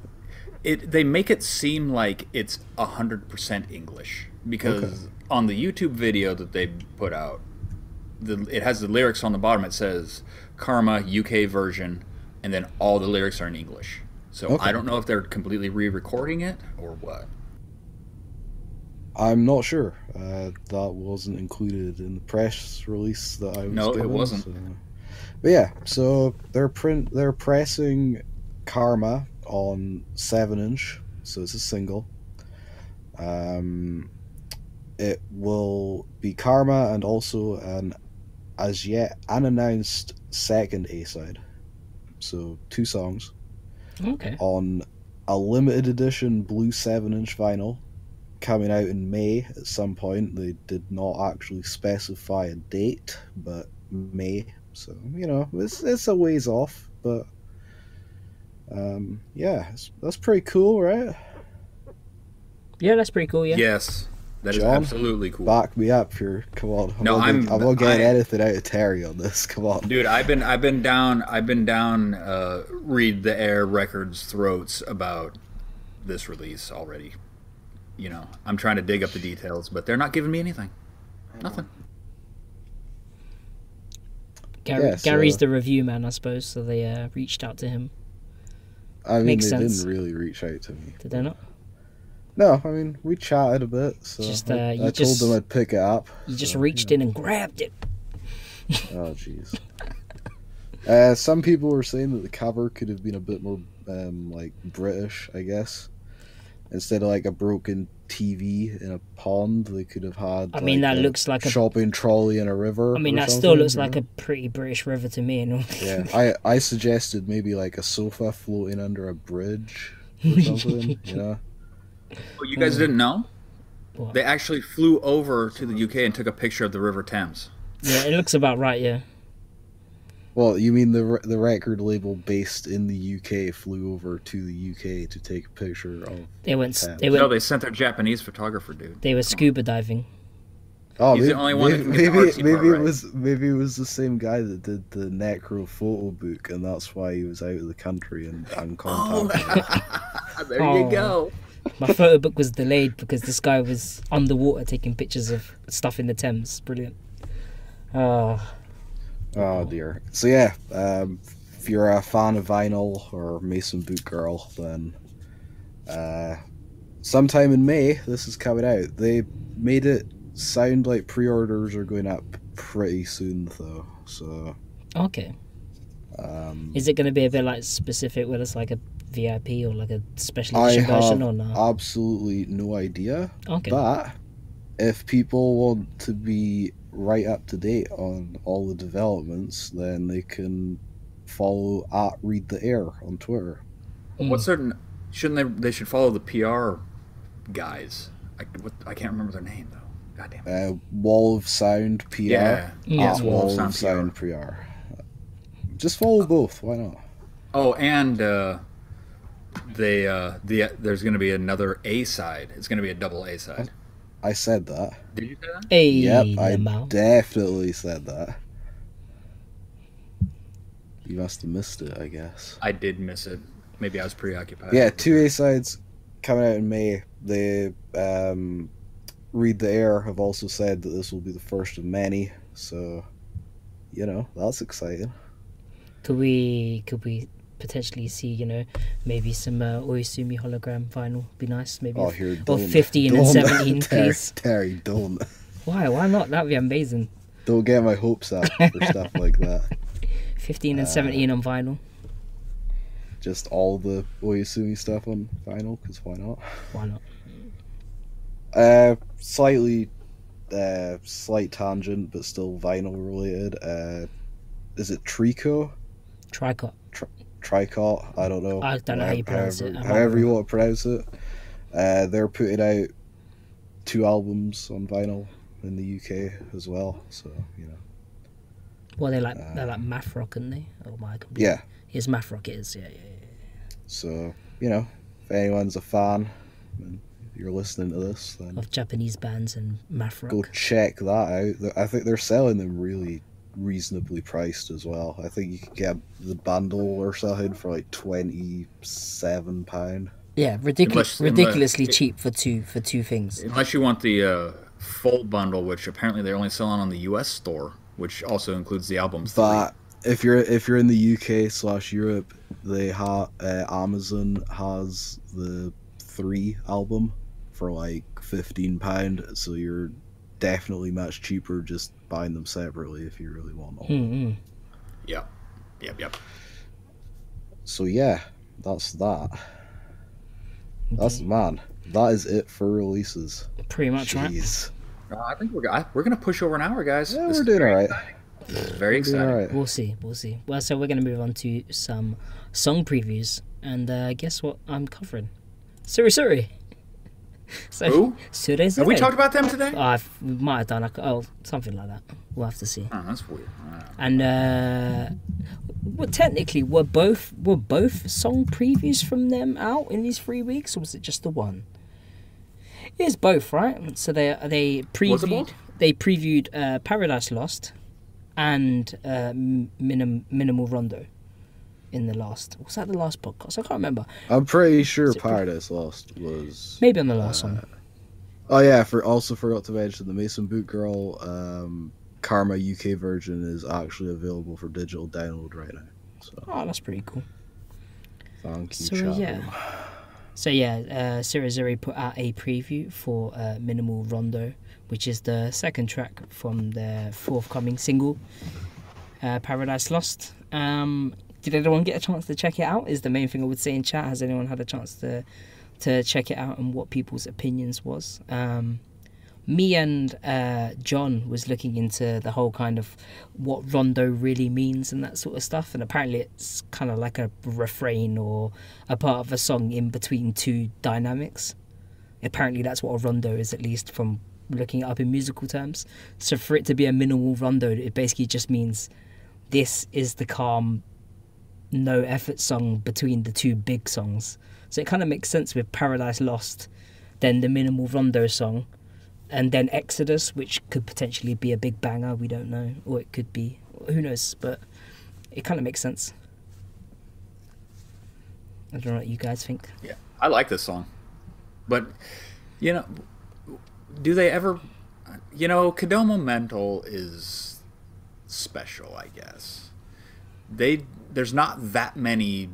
S3: it they make it seem like it's 100% english because on the youtube video that they put out the, it has the lyrics on the bottom it says karma uk version and then all the lyrics are in english so
S2: Okay.
S3: i don't know if they're completely re-recording it or what
S2: I'm not sure. Uh, that wasn't included in the press release that I was.
S3: No, it
S2: given,
S3: wasn't.
S2: so- But yeah, so they're print they're pressing Karma on seven inch, so it's a single. Um, it will be Karma and also an as yet unannounced second A side, so two songs
S1: Okay.
S2: on a limited edition blue 7 inch vinyl coming out in May at some point. They did not actually specify a date, but May. So, you know, it's, it's a ways off, but um, yeah, it's, that's pretty cool, right?
S1: Yeah. That's pretty cool. Yeah.
S3: yes That is
S2: John?
S3: absolutely cool.
S2: Back me up here. Come on. I'm
S3: No,
S2: not
S3: I'm-
S2: getting, I'm not getting
S3: I-
S2: anything out of Terry on this. Come on.
S3: Dude, I've been I've been down I've been down uh, read the air records throats about this release already. You know, I'm trying to dig up the details, but they're not giving me anything. Nothing.
S1: Gary,
S2: Yeah, so-
S1: Gary's the review man, I suppose. So they uh, reached out to him.
S2: I mean,
S1: makes
S2: they
S1: sense.
S2: didn't really reach out to me.
S1: Did they not?
S2: No, I mean, we chatted a bit. So
S1: Just,
S2: I-
S1: uh,
S2: I,
S1: you
S2: told
S1: just-
S2: them I'd pick it up.
S1: You just
S2: so,
S1: reached
S2: yeah.
S1: in and grabbed it.
S2: Oh, jeez. uh, some people were saying that the cover could have been a bit more, um, like, British, I guess. Instead of, like, a broken TV in a pond, they could have had.
S1: I mean, that
S2: a
S1: looks like a.
S2: Shopping trolley in a river.
S1: I mean,
S2: or
S1: that still
S2: something,
S1: looks
S2: you
S1: like
S2: know?
S1: a pretty British river to me. And all.
S2: Yeah, I, I suggested maybe like a sofa floating under a bridge or something. you know?
S3: Oh, you guys didn't know?
S1: What?
S3: They actually flew over to the UK and took a picture of the River Thames.
S1: yeah, it looks about right. Yeah.
S2: Well, you mean the re- the record label based in the UK flew over to the UK to take a picture of?
S1: They went. s-
S2: Damn.
S1: They
S3: No,
S1: went.
S3: they sent their Japanese photographer dude.
S1: They were scuba diving.
S2: Oh,
S3: He's the only one that
S2: maybe
S3: can get the
S2: maybe,
S3: artsy part
S2: maybe it
S3: right.
S2: was maybe it was the same guy that did the necro photo book, and that's why he was out of the country and
S3: Oh,
S2: uncontacted.
S3: Ah, there
S1: Oh. My photo book was delayed because this guy was underwater taking pictures of stuff in the Thames. Brilliant. Oh,
S2: Oh dear. So yeah, um, if you're a fan of vinyl or Mason Boot Girl, then uh, sometime in May this is coming out. They made it sound like pre-orders are going up pretty soon though. So
S1: okay.
S2: um,
S1: Is it going to be a bit like specific, whether it's like a VIP or like a special
S2: I
S1: edition version
S2: have
S1: or not?
S2: absolutely no idea,
S1: Okay.
S2: but if people want to be right up to date on all the developments, then they can follow at Read the Air on Twitter.
S1: Mm.
S3: What's their? Shouldn't they? They should follow the PR guys. I, what, I can't remember their name though. God damn it.
S2: uh, Wall of Sound PR.
S3: Yeah.
S1: Mm.
S3: Yes,
S2: at
S3: Wall of
S2: Wall
S3: Sound
S2: of Sound
S3: PR.
S2: PR. Just follow both. Why not?
S3: Oh, and uh, they uh, the there's going to be another A side. It's going to be a double A side.
S2: I said that.
S3: Did you say that?
S1: Hey,
S2: Yep, I
S1: Lamau.
S2: definitely said that. You must have missed it, I guess.
S3: I did miss it. Maybe I was preoccupied.
S2: Yeah, two A sides coming out in May. They um, read the air have also said that this will be the first of many. So, you know that's exciting.
S1: Could we could we potentially see you know maybe some uh, Oisumi hologram vinyl? Be nice, maybe.
S2: Oh,
S1: if-
S2: here,
S1: or
S2: don't,
S1: 15 and
S2: don't-
S1: 17,
S2: Terry,
S1: please.
S2: Terry, don't.
S1: Why? Why not? That'd be amazing.
S2: Don't get my hopes up for stuff like that.
S1: Fifteen
S2: Uh,
S1: and seventeen on vinyl.
S2: Just all the Oyasumi stuff on vinyl, because why not?
S1: Why not?
S2: Uh, slightly, uh, slight tangent, but still vinyl related. Uh, is it Trico?
S1: Tricot.
S2: Tricot? I don't know.
S1: I don't know how you pronounce it.
S2: however,
S1: I'm not
S2: However you
S1: gonna-
S2: want to pronounce it. Uh, they're putting out two albums on vinyl in the UK as well. So you know,
S1: Well, they're like they're like math rock, aren't they? Oh my god.
S2: Uh, yeah.
S1: Here's math rock. It is. Yeah, yeah, yeah.
S2: So you know, if anyone's a fan, and you're listening to this, then
S1: Of Japanese bands and math rock.
S2: go check that out. Th- I think they're selling them really reasonably priced as well. I think you could get the bundle or something for like twenty seven pound.
S1: Yeah, ridiculous,
S3: Unless- unless-
S1: ridiculously
S3: it-
S1: cheap for two for two things.
S3: Unless you want the uh, full bundle, which apparently they're only selling on the U.S. store, which also includes the albums.
S2: But if you're if you're in the UK slash Europe, they ha uh, Amazon has the three album for like fifteen pound. So you're definitely much cheaper just buying them separately if you really want them.
S1: Mm-hmm.
S3: Yep. Yep. Yep.
S2: So yeah, that's that. That's man. That is it for releases.
S1: Pretty much right.
S2: Jeez.
S3: Uh, I think we're go- I, we're gonna push over an hour, guys.
S2: Yeah,
S3: This
S2: we're
S3: is
S2: doing
S3: very-
S2: all right.
S3: Very
S2: Doing
S3: exciting.
S2: all right.
S1: We'll see. We'll see. Well, so we're gonna move on to some song previews, and uh, guess what? I'm covering. Suri Suri. So,
S3: Who?
S1: Suri Suri.
S3: Have we talked about them today?
S1: Oh, I've, we might have done. I c- Oh, something like that. We'll have to see.
S3: Oh, that's weird. Uh,
S1: And uh, well, technically, were both were both song previews from them out in these three weeks, or was it just the one? It is both, right? So they they
S3: Was it
S1: previewed
S3: both?
S1: they previewed uh, Paradise Lost and uh, Minim- Minimal Rondo in the last. Was that the last podcast? I can't remember.
S2: I'm pretty sure
S1: Is it-
S2: Paradise Lost was.
S1: Maybe on the last
S3: Uh,
S1: one.
S2: Oh yeah, for also forgot to mention the Mason Boot Girl um, Karma UK version is actually available for digital download right now. So
S1: Oh, that's pretty cool.
S2: thank you,
S1: So,
S2: chat
S1: yeah.
S2: room.
S1: So yeah, uh, Sirazuri put out a preview for uh, Minimal Rondo, which is the second track from their forthcoming single, uh, Paradise Lost. Um, did anyone get a chance to check it out? Is the main thing I would say in chat. Has anyone had a chance to to check it out and what people's opinions was? Um, me and uh, John was looking into the whole kind of what rondo really means and that sort of stuff, and apparently it's kind of like a refrain or a part of a song in between two dynamics. Apparently, that's what a rondo is, at least from looking it up in musical terms. So, for it to be a minimal rondo, it basically just means this is the calm, no effort song between the two big songs. So, it kind of makes sense with Paradise Lost, then the minimal rondo song, and then Exodus, which could potentially be a big banger. We don't know, or it could be who knows, but it kind of makes sense. I don't know what you guys think.
S3: Yeah, I like this song, but you know, do they ever? You know, Kodomo Mental is special, I guess. They there's not that many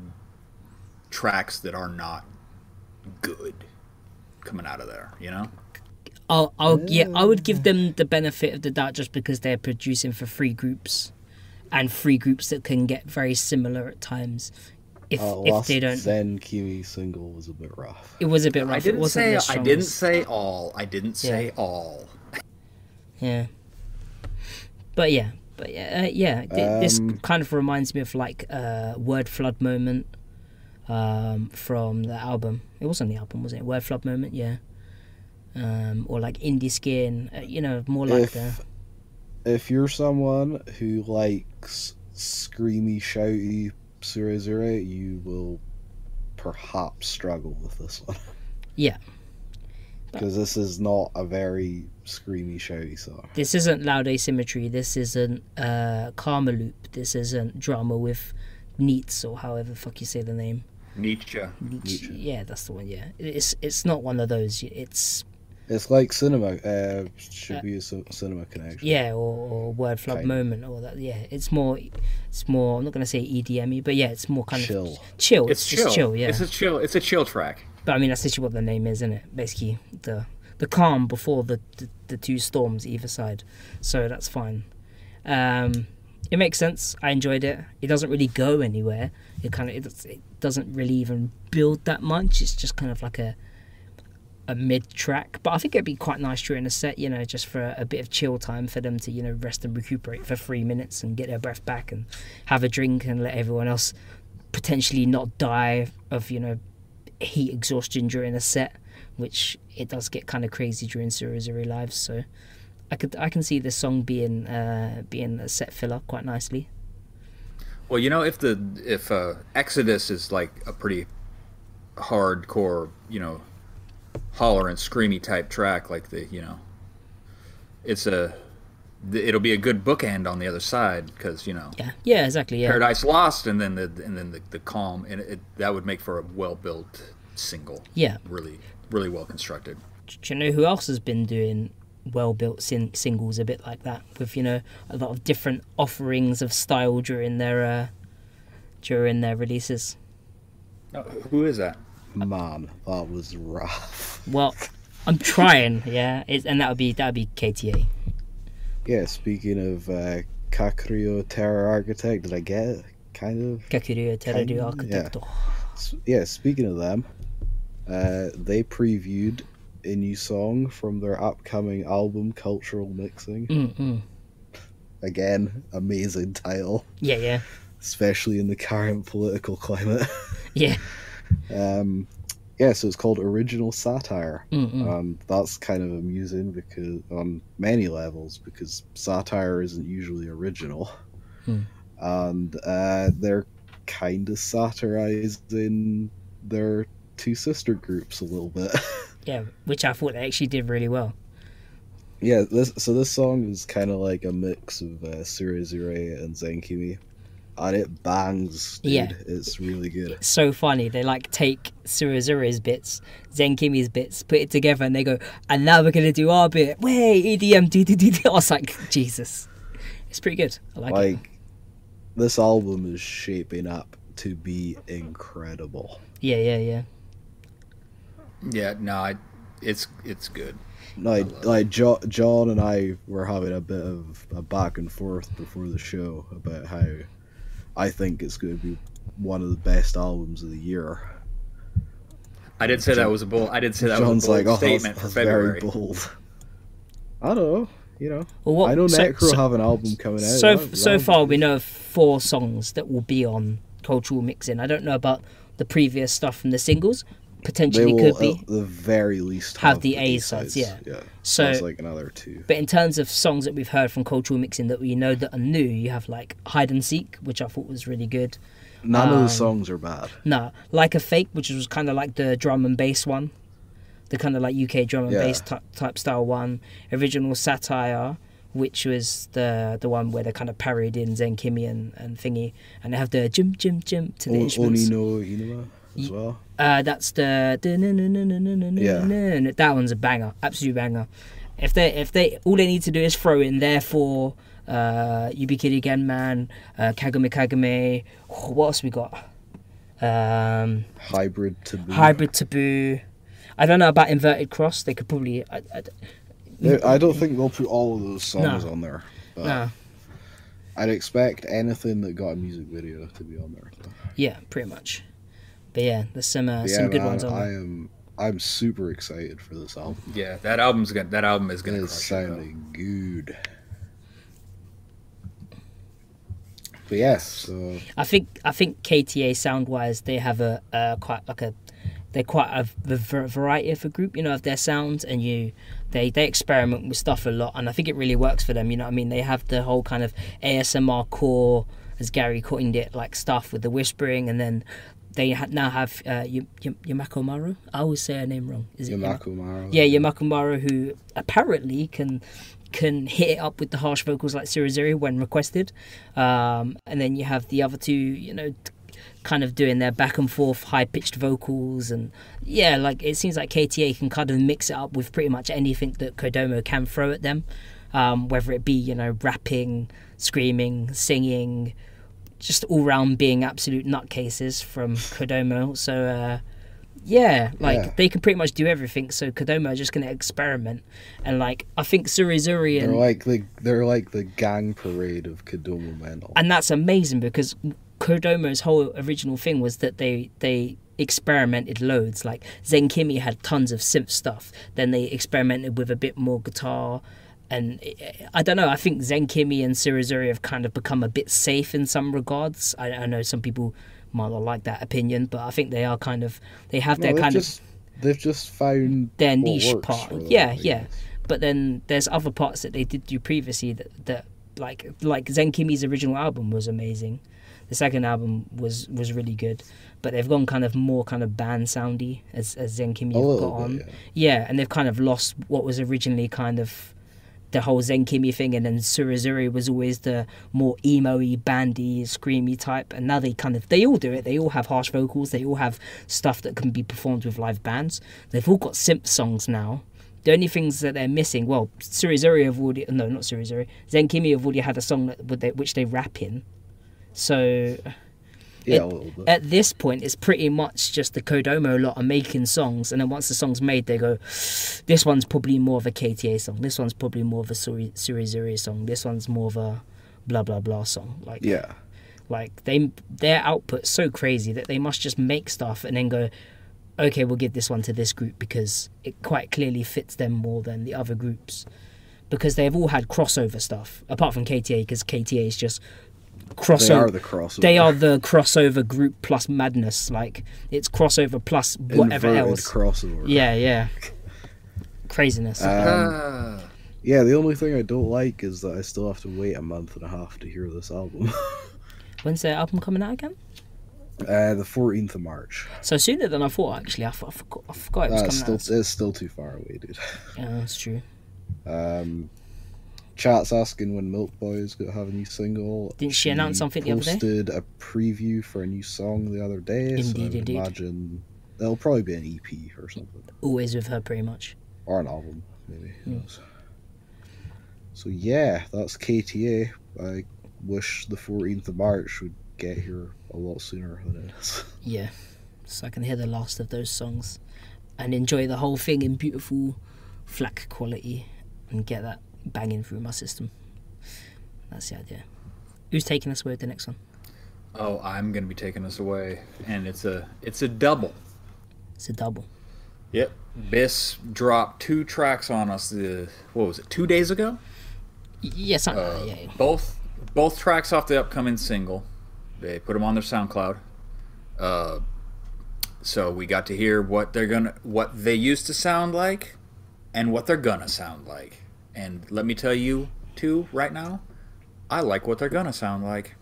S3: tracks that are not good coming out of there. You know,
S1: I'll, I'll yeah, I would give them the benefit of the doubt just because they're producing for three groups, and three groups that can get very similar at times. If
S2: Uh,
S1: if
S2: last
S1: they don't,
S2: Zen Kiwi single was a bit rough.
S1: it was a bit rough.
S3: I
S1: it
S3: didn't
S1: wasn't
S3: say
S1: the
S3: I didn't
S1: strongest.
S3: say all. I didn't say all.
S1: Yeah. But yeah, but yeah, uh, yeah. th- this
S2: Um,
S1: kind of reminds me of like uh, word flood moment um, from the album. It was on the album, was it? Word flood moment, yeah. Um, or like indie skin, uh, you know, more like
S2: if
S1: the
S2: if you're someone who likes screamy, shouty Surezure, you will perhaps struggle with this one.
S1: Yeah.
S2: Because this is not a very screamy, shouty song.
S1: This isn't loud asymmetry. This isn't uh, karma loop. This isn't drama with neats or however the fuck you say the name.
S3: Nietzsche.
S1: Nietzsche.
S2: Nietzsche.
S1: Yeah, that's the one. Yeah, it's it's not one of those. It's
S2: It's like cinema. Uh, should
S1: Uh,
S2: be a ci- cinema connection.
S1: yeah, or, or word flub
S2: Kind of.
S1: moment or that. Yeah, it's more. It's more. I'm not gonna say EDM, but yeah, it's more kind
S2: Chill.
S1: of chill.
S3: It's
S1: It's,
S3: chill.
S1: just chill. Yeah,
S3: It's a chill. It's a chill track.
S1: but I mean that's literally what the name is, isn't it? Basically, the the calm before the the, the two storms either side. So that's fine. Um, it makes sense. I enjoyed it. It doesn't really go anywhere. It kind of it, does- it doesn't really even build that much. It's just kind of like a a mid track. But I think it'd be quite nice during a set, you know, just for a, bit of chill time for them to you know rest and recuperate for three minutes and get their breath back and have a drink and let everyone else potentially not die of you know heat exhaustion during a set, which it does get kind of crazy during Suruzuri lives. So I could I can see this song being uh, being a set filler quite nicely.
S3: Well, you know, if the if uh, Exodus is like a pretty hardcore, you know, holler and screamy type track, like the you know, it's a th- it'll be a good bookend on the other side because you know
S1: Yeah, yeah, exactly. Yeah,
S3: Paradise Lost, and then the and then the, the calm, and it, that would make for a well built single,
S1: yeah.
S3: really really well constructed.
S1: Do you know who else has been doing well built sing- singles a bit like that with you know a lot of different offerings of style during their uh, during their releases?
S3: who is that?
S2: Man, that was rough.
S1: Well, I'm trying. Yeah, it's, and that would be that would be KTA.
S2: Yeah, speaking of uh, Kakurio Terror Architect, did I get it? Kind of.
S1: Kakuryo Terudu
S2: yeah.
S1: Architecto.
S2: S- Yeah, speaking of them, uh, they previewed a new song from their upcoming album, Cultural Mixing.
S1: Mm, mm.
S2: Again, amazing title,
S1: Yeah, yeah,
S2: especially in the current political climate.
S1: yeah.
S2: Um, yeah, so it's called Original Satire.
S1: Mm, mm.
S2: Um, that's kind of amusing because on many levels because satire isn't usually original,
S1: Hmm.
S2: and uh, they're kind of satirizing their two sister groups a little bit.
S1: Yeah, which I thought they actually did really well.
S2: Yeah, this so this song is kind of like a mix of uh, Sure Zure and Zenkimi, and it bangs, dude.
S1: Yeah.
S2: It's really good.
S1: It's so funny. They like take Surazura's bits, Zen Kimi's bits, put it together, and they go, and now we're going to do our bit. Way, EDM, do, do, do, do. I was like, Jesus. It's pretty good. I like, it.
S2: Like, this album is shaping up to be incredible.
S1: Yeah, yeah, yeah.
S3: Yeah, no, I, it's it's good.
S2: Like,
S3: love it.
S2: like jo- John and I were having a bit of a back and forth before the show about how I think it's going to be one of the best albums of the year.
S3: I did say that was a bold. I did say that
S2: John's
S3: was a bold
S2: like, oh, that's,
S3: statement for
S2: that's very
S3: February.
S2: bold. I don't know. You know,
S1: Well, what,
S2: I know
S1: so,
S2: Necro
S1: so,
S2: have an album coming out.
S1: so,
S2: That-
S1: so
S2: that'll-
S1: far, we know of four songs that will be on Cultural Mixing. I don't know about the previous stuff from the singles.
S2: they
S1: Potentially
S2: will uh,
S1: could
S2: at
S1: be.
S2: the very least
S1: have the A
S2: B-sides.
S1: sides, yeah.
S2: yeah.
S1: So-
S2: it's like another two.
S1: But in terms of songs that we've heard from Cultural Mixing that we know that are new, you have like Hide and Seek, which I thought was really good.
S2: None
S1: um,
S2: of the songs are bad.
S1: No, like a fake, which was kind of like the drum and bass one, the kind of like UK drum and
S2: Yeah.
S1: bass type, type style one. Original satire, which was the the one where they kind of parried in Zen Kimmy and, and thingy, and they have the jim jim jim to the
S2: O-
S1: instruments.
S2: Oni no Inuma as well.
S1: Uh, that's the yeah. that one's a banger, absolute banger. If they if they all they need to do is throw in therefore uh Yubikiri Genman, uh, Kagame Kagame, what else we got? Um
S2: Hybrid taboo.
S1: Hybrid Taboo. I don't know about Inverted Cross. They could probably. I, I,
S2: They- I don't think they'll put all of those songs
S1: No.
S2: on there. But
S1: no.
S2: I'd expect anything that got a music video to be on there. But
S1: Yeah, pretty much. But yeah, there's some uh,
S2: yeah,
S1: some good
S2: man,
S1: ones on
S2: I
S1: there.
S2: am. I'm super excited for this album.
S3: Yeah, that album's gonna. That album is gonna.
S2: It's
S3: Crush it, though.
S2: sounding good. But yes, so
S1: I think I think KTA Soundwise they have a, a quite like a they're quite a v- v- variety of a group, you know, of their sounds, and you they they experiment with stuff a lot, and I think it really works for them. You know, what I mean, they have the whole kind of ASMR core, as Gary coined it, like stuff with the whispering, and then. They ha- now have uh, y- y- Yamako Maru. I always say her name wrong. Is it Yama-
S2: Yamako Maro.
S1: Yeah, Yamakumaro, who apparently can can hit it up with the harsh vocals like Sirizuri when requested, um, and then you have the other two, you know, t- kind of doing their back and forth high pitched vocals, and yeah, like it seems like KTA can kind of mix it up with pretty much anything that Kodomo can throw at them, um, whether it be you know rapping, screaming, singing. Just all round being absolute nutcases from Kodomo. So, uh, yeah, like
S2: Yeah.
S1: they can pretty much do everything. So Kodoma are just gonna experiment, and like I think Surizuri
S2: They're
S1: and
S2: like the they're like the gang parade of Kodomo Mental.
S1: and that's amazing because Kodomo's whole original thing was that they they experimented loads. Like Zen Kimi had tons of synth stuff. Then they experimented with a bit more guitar. And I- I don't know. I think Zen Kimi and Surizuri have kind of become a bit safe in some regards. I, I know some people might not like that opinion, but I think they are kind of they have
S2: No,
S1: their
S2: they've
S1: kind of
S2: just they've just found
S1: their
S2: what
S1: niche
S2: works
S1: part.
S2: for them,
S1: Yeah,
S2: I
S1: yeah.
S2: guess.
S1: But then there's other parts that they did do previously that, that like like Zen Kimi's original album was amazing. The second album was was really good, but they've gone kind of more kind of band soundy as as Zen Kimi
S2: A
S1: have
S2: little
S1: got on.
S2: bit,
S1: yeah. and they've kind of lost what was originally kind of the whole Zen Kimi thing, and then Surizuri was always the more emo-y, bandy, screamy type, and now they kind of they all do it. They all have harsh vocals. They all have stuff that can be performed with live bands. They've all got simp songs now. The only things that they're missing, well, Surizuri have already no, not Surizuri, Zen Kimi have already had a song that would they, which they rap in. So
S2: Yeah,
S1: It-
S2: a little bit.
S1: at this point, it's pretty much just the Kodomo lot are making songs, and then once the song's made, they go, "This one's probably more of a KTA song. This one's probably more of a Suri Suri Zuri song. This one's more of a blah blah blah song." Like,
S2: yeah.
S1: like they their output's so crazy that they must just make stuff and then go, "Okay, we'll give this one to this group because it quite clearly fits them more than the other groups." Because they've all had crossover stuff, apart from KTA, because KTA is just crossover
S2: They are the crossover.
S1: they are the crossover group plus madness. Like it's crossover plus whatever
S2: Inverted
S1: else.
S2: crossover.
S1: yeah, yeah. Craziness.
S2: Um,
S3: Ah.
S2: yeah, the only thing I don't like is that I still have to wait a month and a half to hear this album.
S1: When's their album coming out again?
S2: Uh, the 14th of March.
S1: So sooner than I thought, actually. I, thought, I, forgot, I forgot it was
S2: That's
S1: coming
S2: still, it's still too far away, dude.
S1: out. Yeah, that's true.
S2: Um, chat's asking when Milk Boy is going to have a new single.
S1: Didn't she announce something the other day?
S2: Posted a preview for a new song the other day. so I
S1: Indeed,
S2: would
S1: indeed.
S2: imagine there'll probably be an EP or something,
S1: Always with her, pretty much.
S2: or an album maybe.
S1: Hmm.
S2: Who knows? So yeah, that's KTA. I wish the 14th of March would get here a lot sooner than it is.
S1: Yeah. So I can hear the last of those songs and enjoy the whole thing in beautiful FLAC quality and get that banging through my system. That's the idea. Who's taking us away with the next one?
S3: Oh, I'm gonna be taking us away, and it's a it's a double.
S1: It's a double.
S3: Yep. Biss dropped two tracks on us. The what was it? Two days ago.
S1: Y- Yeah, something like
S3: Uh,
S1: that, yeah, yeah.
S3: Both both tracks off the upcoming single. They put them on their SoundCloud. Uh, so we got to hear what they're gonna what they used to sound like, and what they're gonna sound like. And let me tell you, too, right now, I like what they're gonna sound like.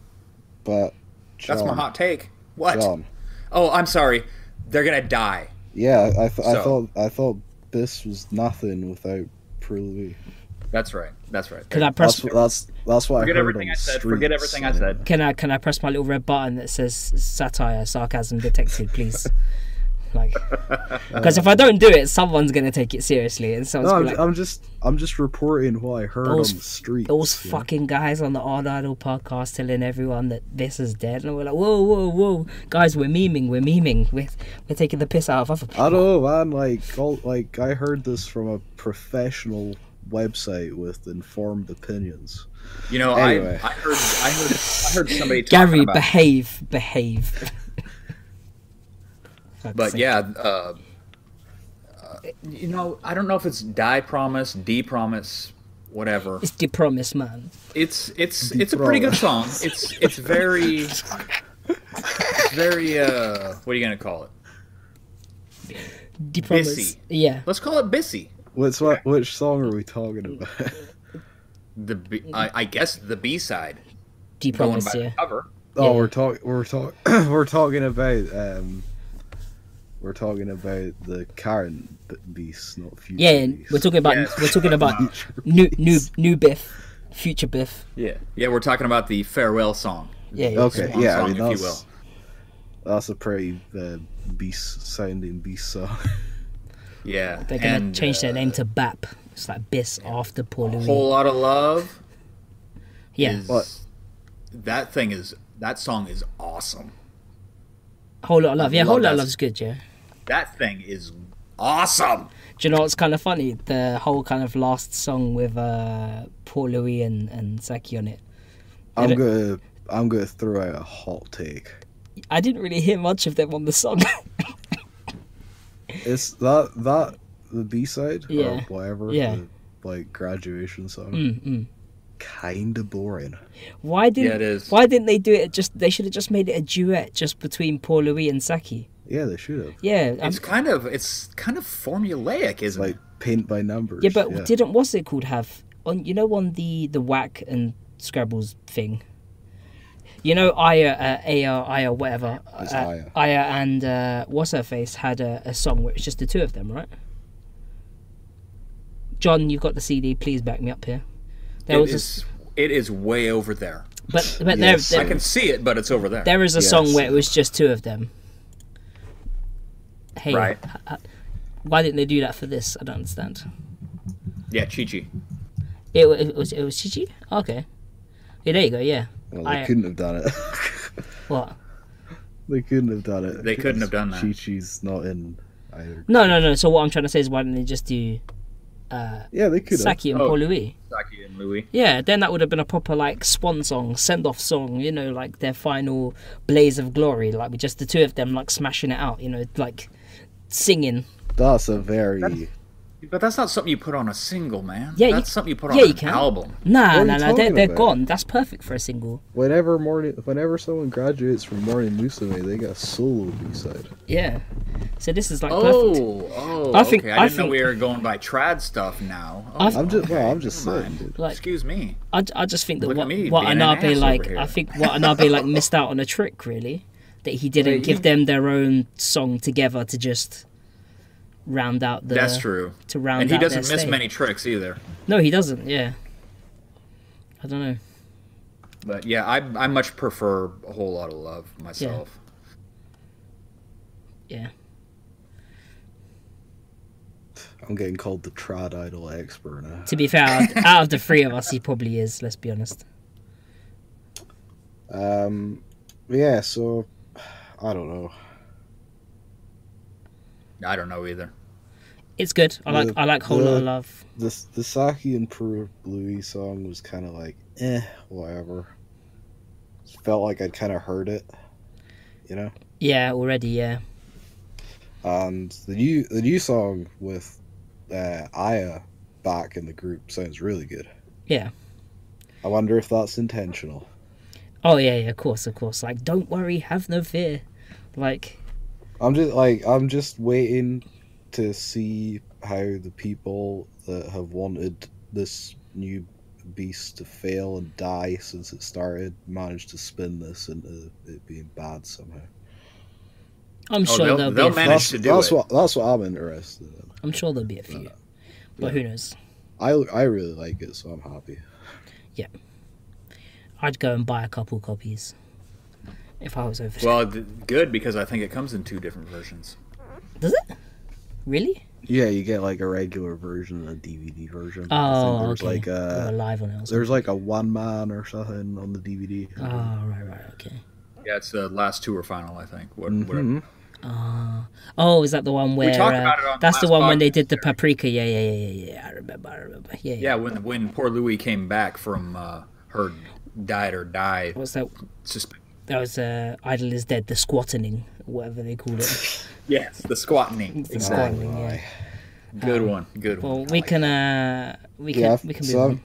S2: But John,
S3: That's my hot take. What?
S2: John,
S3: Oh, I'm sorry. They're gonna die.
S2: yeah, I, I, th- I
S3: So-
S2: thought I thought this was nothing without Prue
S3: That's right. That's right.
S1: Could I
S2: That's
S1: press?
S2: what that's that's what
S3: Forget
S2: I heard
S3: everything
S2: on
S3: I said.
S2: the
S3: Forget
S2: streets,
S3: everything I
S2: so-
S3: said.
S1: Can I can I press my little red button that says satire sarcasm detected, please? like, because if I don't do it, someone's gonna take it seriously, and so
S2: No, I'm,
S1: like,
S2: I'm just I'm just reporting what I heard
S1: Those-
S2: on the streets.
S1: those
S2: you know?
S1: fucking guys on the Odd Idol podcast telling everyone that this is dead, and we're like, whoa, whoa, whoa, guys, we're memeing, we're memeing, we're we're taking the piss out of other people.
S2: I don't know, man. Like, all, like I heard this from a professional website with informed opinions.
S3: You know,
S2: Anyway.
S3: I, I heard I heard I heard somebody talking
S1: Gary,
S3: about
S1: behave, behave. Fuck's
S3: But
S1: sake.
S3: yeah, uh, uh, you know, I don't know if it's die promise, de promise, whatever.
S1: it's the promise, man.
S3: It's it's it's a pretty good song. It's it's very it's very uh what are you gonna call it?
S1: The promise.
S3: Bissy.
S1: Yeah,
S3: Let's call it Bissy.
S2: What's what? Which song are we talking about?
S3: The B, I, I guess the B side
S1: the
S3: going
S1: promise.
S3: by
S1: Yeah.
S3: the cover.
S2: oh,
S1: Yeah.
S2: we're talking. We're talking. we're talking about. um We're talking about the current b- beast, not future.
S1: Yeah, and
S2: beast.
S1: we're talking about
S3: Yes.
S1: we're talking about new new new Biff, future Biff.
S3: Yeah, yeah, we're talking about the farewell song.
S1: Yeah. yeah.
S2: Okay,
S3: Swan
S2: yeah,
S3: song,
S2: I mean,
S3: if you
S2: that's,
S3: will.
S2: that's a pretty uh, beast sounding beast song.
S3: Yeah,
S1: They're gonna
S3: and,
S1: change their
S3: uh,
S1: name to BAP. It's like Biss after Paul Louis.
S3: Whole lot of love.
S1: yeah,
S3: is-
S2: What?
S3: that thing is that song is awesome.
S1: whole lot of love. Yeah,
S3: Love
S1: whole lot of
S3: that.
S1: love's good. Yeah.
S3: That thing is awesome.
S1: Do you know what's kind of funny? The whole kind of last song with uh, Paul Louis and and Saki on it.
S2: I'm
S1: Did
S2: gonna I'm gonna throw out a hot take.
S1: I didn't really hear much of them on the song.
S2: It's that that the B side or
S1: Yeah.
S2: whatever.
S1: Yeah.
S2: the, like graduation song.
S1: Mm, mm.
S2: Kinda boring.
S1: Why didn't
S3: Yeah, it is.
S1: Why didn't they do it? Just they should have just made it a duet just between Paul Louis and Saki.
S2: Yeah, they should have.
S1: Yeah, I'm-
S3: It's kind of it's kind of formulaic, isn't
S2: Like
S3: it?
S2: paint by numbers.
S1: Yeah, but didn't what's it called have on? You know, on the the whack and Scrabble's thing. You know, Aya, uh, Aya, Aya, whatever.
S2: It's
S1: uh,
S2: Aya.
S1: and uh, what's her face had a, a song where it's just the two of them, right? John, you've got the CD. Please back me up here. There
S3: It
S1: was, a
S3: is
S1: s-
S3: it is way over there.
S1: but but
S2: Yes.
S1: there,
S3: I
S1: there
S3: can see it, but it's over there.
S1: there is a
S2: Yes.
S1: song where it was just two of them. Hey,
S3: Right.
S1: h- h- why didn't they do that for this? I don't understand.
S3: Yeah, Chi Chi.
S1: It, wa- it was it was Chichi. Okay. Yeah, there you go. Yeah.
S2: well, they
S1: I-
S2: couldn't have done it.
S1: What?
S2: they couldn't have done it.
S3: They couldn't have done that.
S2: Chi Chi's not in either.
S1: No, no, no. So what I'm trying to say is, why didn't they just do
S2: Yeah, they could have.
S1: Saki and
S3: Oh.
S1: Paul Louis?
S3: Saki and Louis.
S1: Yeah, then that would have been a proper like swan song, send off song. You know, like their final blaze of glory, like with just the two of them like smashing it out. You know, like singing.
S2: That's a very.
S3: But that's not something you put on a single, man.
S1: Yeah, you-
S3: that's something you put on
S1: yeah,
S3: an
S1: you can.
S3: album.
S2: What
S1: Nah,
S2: are
S1: nah,
S2: you
S1: nah. They're,
S2: talking
S1: they're
S2: about?
S1: gone. That's perfect for a single.
S2: Whenever morning, whenever someone graduates from Morning Musume, they got a solo B side.
S1: Yeah. So this is like perfect.
S3: Oh, oh,
S1: I think-
S3: okay. I,
S1: I
S3: didn't know
S1: think-
S3: we were going by trad stuff now.
S1: I
S3: Oh,
S1: th-
S2: I'm just, well, I'm just
S3: Never
S2: saying,
S3: mind.
S2: dude.
S1: Like
S3: excuse me.
S1: I, I just think that
S3: Look at
S1: what,
S3: me
S1: what
S3: being an ass
S1: Anabe
S3: over
S1: like
S3: here.
S1: I think what Anabe like missed out on a trick really. that he didn't
S3: Wait,
S1: give
S3: you-
S1: them their own song together to just round out the
S3: That's true.
S1: to round
S3: And he
S1: out their
S3: doesn't miss
S1: stay.
S3: many tricks either.
S1: No, he doesn't. Yeah. I don't know.
S3: But yeah, I I much prefer a whole lot of love myself.
S1: Yeah.
S2: I'm getting called the trad idol expert now.
S1: To be fair, out of, out of the three of us, he probably is. Let's be honest.
S2: Um, yeah, so I don't know.
S3: I don't know either.
S1: It's good. I like.
S2: The-
S1: I like whole lot of
S2: the-
S1: love.
S2: The the Saki and Peru Bluey song was kind of like eh, whatever. Felt like I'd kind of heard it, you know.
S1: Yeah, already. Yeah.
S2: And Um, the new the new song with uh, Aya back in the group sounds really good.
S1: Yeah.
S2: I wonder if that's intentional.
S1: Oh yeah, yeah. Of course, of course. Like, don't worry, have no fear. Like,
S2: I'm just like I'm just waiting to see how the people that have wanted this new beast to fail and die since it started manage to spin this into it being bad somehow.
S1: I'm
S3: Oh,
S1: sure
S3: they'll-
S1: there'll
S3: they'll
S1: be. A,
S3: manage-
S1: few
S2: That's,
S3: to do
S2: that's
S3: it.
S2: what that's what I'm interested in.
S1: I'm sure there'll be a
S3: Uh,
S1: few, but who knows?
S2: I I really like it, so I'm happy.
S1: I'd go and buy a couple copies if I was over. there.
S3: Well, th- good because I think it comes in two different versions.
S1: Does it? Really?
S2: Yeah, you get like a regular version and a DVD version.
S1: Oh,
S2: there was
S1: okay.
S2: like uh,
S1: Or
S2: a
S1: live on it. or something.
S2: there's like a one man or something on the DVD.
S1: Oh right, right, okay.
S3: Yeah, it's the last two or final, I think. What,
S2: Mhm.
S3: whatever.
S1: Ah. oh, is that the one where?
S3: talked
S1: uh,
S3: about it on the
S1: that's the
S3: last
S1: one when they
S3: podcast,
S1: did the
S3: Eric.
S1: paprika. Yeah, yeah, yeah, yeah, yeah. I remember. I remember. Yeah, yeah.
S3: Yeah, when when poor Louis came back from uh, her died or die
S1: What's that?
S3: susp-
S1: That was uh, Idol is Dead, the squattening, whatever they call it.
S3: Yes, the squatting.
S1: The
S3: Exactly.
S1: squattening, yeah.
S3: Good one. Good one.
S1: Well,
S3: I
S1: we
S3: like
S1: can,
S3: that.
S1: uh, we can,
S2: Yeah, I've-
S1: we can move
S2: so I've-
S1: on.